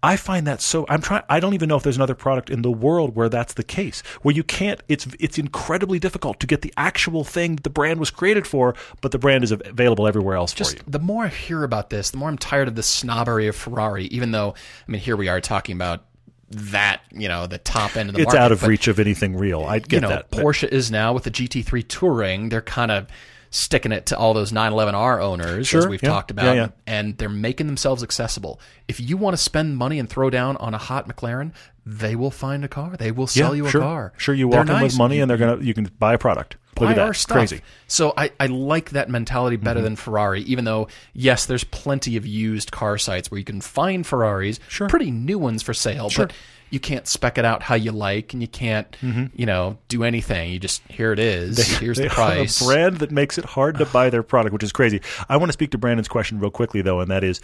I find that so. I'm trying. I don't even know if there's another product in the world where that's the case, where you can't. It's it's incredibly difficult to get the actual thing the brand was created for, but the brand is av- available everywhere else for you.
just the more I hear about this, the more I'm tired of the snobbery of Ferrari. Even though, I mean, here we are talking about that, you know, the top end of the
It's
market.
out of
but,
reach of anything real. I get
You know,
that. but-
Porsche is now with the GT3 Touring. They're kind of sticking it to all those 911R owners, as
Sure,
we've
yeah,
talked about,
yeah, yeah.
and they're making themselves accessible. If you want to spend money and throw down on a hot McLaren, they will find a car. They will
yeah,
sell you a
sure,
car.
Sure, you
They're
walk in
nice.
with money,
You-
and they're gonna you can buy a product. Look
buy
at that.
our stuff.
Crazy. Mm-hmm.
So I, I like that mentality better than Ferrari, even though, yes, there's plenty of used car sites where you can find Ferraris,
Sure.
pretty new ones for sale, but you can't spec it out how you like and you can't, you know, do anything. You just, here it is. Here's the
Mm-hmm. They are
price.
A brand that makes it hard to buy their product, which is crazy. I want to speak to Brandon's question real quickly though, and that is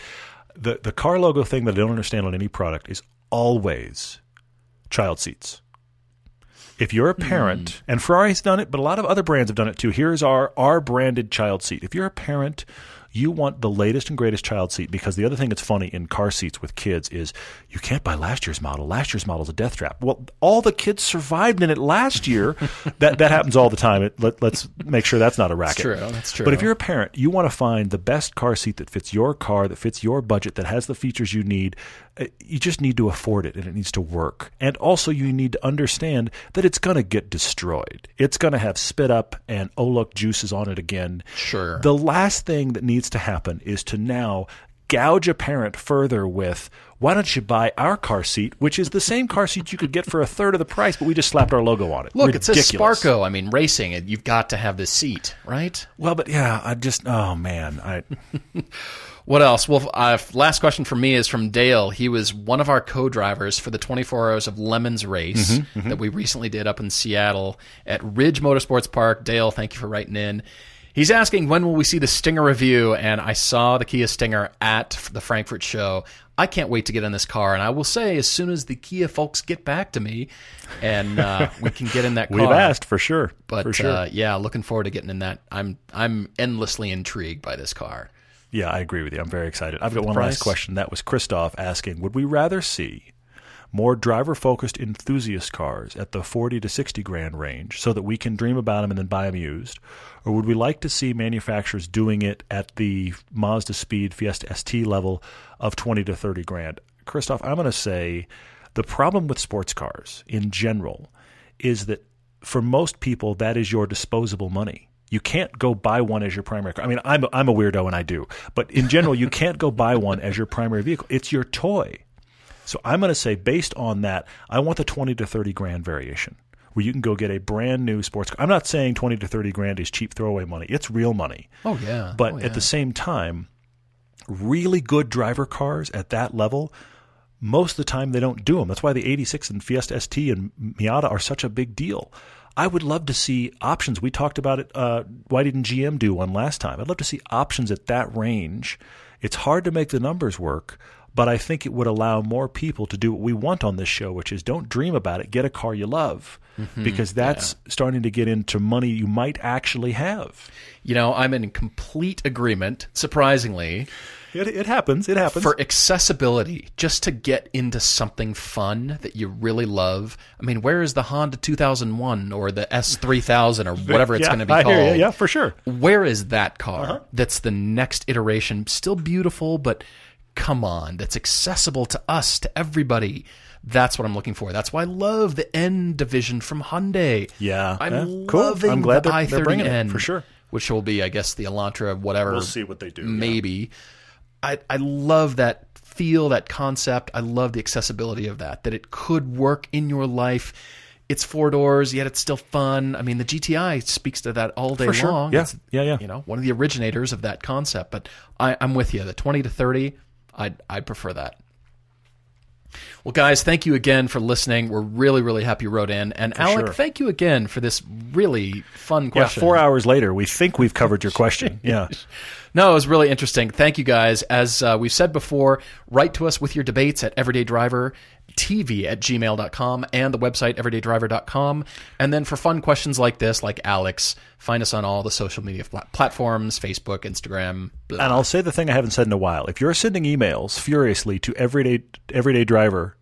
the the car logo thing that I don't understand on any product is always child seats. If you're a parent,
Mm.
and Ferrari's done it, but a lot of other brands have done it too. Here's our our branded child seat. If you're a parent, You want the latest and greatest child seat because the other thing that's funny in car seats with kids is you can't buy last year's model. Last year's model's a death trap. Well, all the kids survived in it last year. that that happens all the time. It, let, let's make sure that's not a racket.
true. That's true.
But if you're a parent, you want to find the best car seat that fits your car, that fits your budget, that has the features you need. Uh, You just need to afford it and it needs to work. And also, you need to understand that it's going to get destroyed. It's going to have spit up and oh, look, juice is on it again.
Sure.
The last thing that needs to happen is to now gouge a parent further with why don't you buy our car seat, which is the same car seat you could get for a third of the price, but we just slapped our logo on it.
Look, it says
Ridiculous.
Sparko. I mean, racing. and You've got to have this seat, right?
Well, but yeah, I just, oh man, I.
What else? Well, uh, last question for me is from Dale. He was one of our co-drivers for the 24 Hours of Lemons race
Mm-hmm,
that we recently did up in Seattle at Ridge Motorsports Park. Dale, thank you for writing in. He's asking when will we see the Stinger review, and I saw the Kia Stinger at f- the Frankfurt show. I can't wait to get in this car, and I will say as soon as the Kia folks get back to me, and uh, we can get in that car.
We've asked for sure.
But
for sure.
uh, yeah, looking forward to getting in that. I'm I'm endlessly intrigued by this car.
yeah, I agree with you. I'm very excited. I've got one
price?
last question. That was Christoph asking, would we rather see more driver-focused enthusiast cars at the 40 to 60 grand range so that we can dream about them and then buy them used? Or would we like to see manufacturers doing it at the Mazda Speed Fiesta ST level of 20 to 30 grand? Christoph, I'm going to say the problem with sports cars in general is that for most people, that is your disposable money. You can't go buy one as your primary car. I mean, I'm, I'm a weirdo and I do, but in general, you can't go buy one as your primary vehicle. It's your toy. So I'm going to say, based on that, I want the 20 to 30 grand variation where you can go get a brand new sports car. I'm not saying 20 to 30 grand is cheap throwaway money, it's real money.
Oh yeah.
But at the same time, really good driver cars at that level, most of the time they don't do them. That's why the 86 and Fiesta ST and Miata are such a big deal. I would love to see options. We talked about it. Uh, why didn't GM do one last time? I'd love to see options at that range. It's hard to make the numbers work, but I think it would allow more people to do what we want on this show, which is don't dream about it, get a car you love,
Mm-hmm.
because that's starting to get into money you might actually have.
You know, I'm in complete agreement, surprisingly,
It, it happens. It happens.
for accessibility, just to get into something fun that you really love. I mean, where is the Honda 2001 or the S3000 or whatever it's
Yeah,
going to be
I
called?
hear you. Yeah, for sure. Uh-huh.
Where is that car that's the next iteration? Still beautiful, but come on, that's accessible to us, to everybody. That's what I'm looking for. That's why I love the N division from Hyundai.
Yeah,
I'm
yeah,
loving
cool. I'm glad
the
they're-
i30N
they're bringing it, for sure.
which will be, I guess, the Elantra, whatever.
We'll see what they do, yeah.
Maybe. I I love that feel, that concept. I love the accessibility of that. That it could work in your life. It's four doors, yet it's still fun. I mean, the GTI speaks to that all day
For sure.
long.
Yeah.
It's,
Yeah, yeah.
You know, one of the originators of that concept. But I, I'm with you. The 20 to 30, I I prefer that. Well, guys, thank you again for listening. We're really, really happy you wrote in. And Alec,
sure.
thank you again for this really fun
yeah,
question.
four hours later, we think we've covered your question. Yeah.
No, it was really interesting. Thank you guys. As uh, we've said before, write to us with your debates at everydaydrivertv at gmail.com and the website everydaydriver.com. And then for fun questions like this, like Alex, find us on all the social media pla- platforms Facebook, Instagram. Blah.
And I'll say the thing I haven't said in a while. If you're sending emails furiously to everyday everyday driver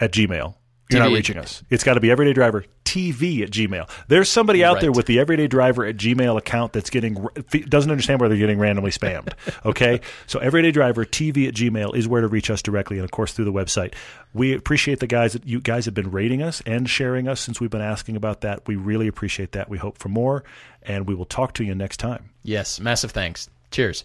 at Gmail, you're not
TV.
reaching us. It's got to be everyday driver TV at Gmail. There's somebody out there
Right.
with the everyday driver at Gmail account that's getting r- f- doesn't understand where they're getting randomly spammed. Okay, so everyday driver TV at Gmail is where to reach us directly, and of course through the website. We appreciate the guys that you guys have been rating us and sharing us since we've been asking about that. We really appreciate that. We hope for more, and we will talk to you next time.
Yes, massive thanks. Cheers.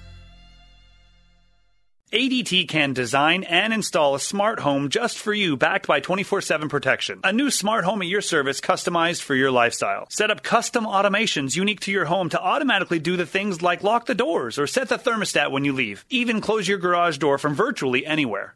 ADT can design and install a smart home just for you, backed by 24 7 protection. A new smart home at your service customized for your lifestyle. Set up custom automations unique to your home to automatically do the things like lock the doors or set the thermostat when you leave, even close your garage door from virtually anywhere.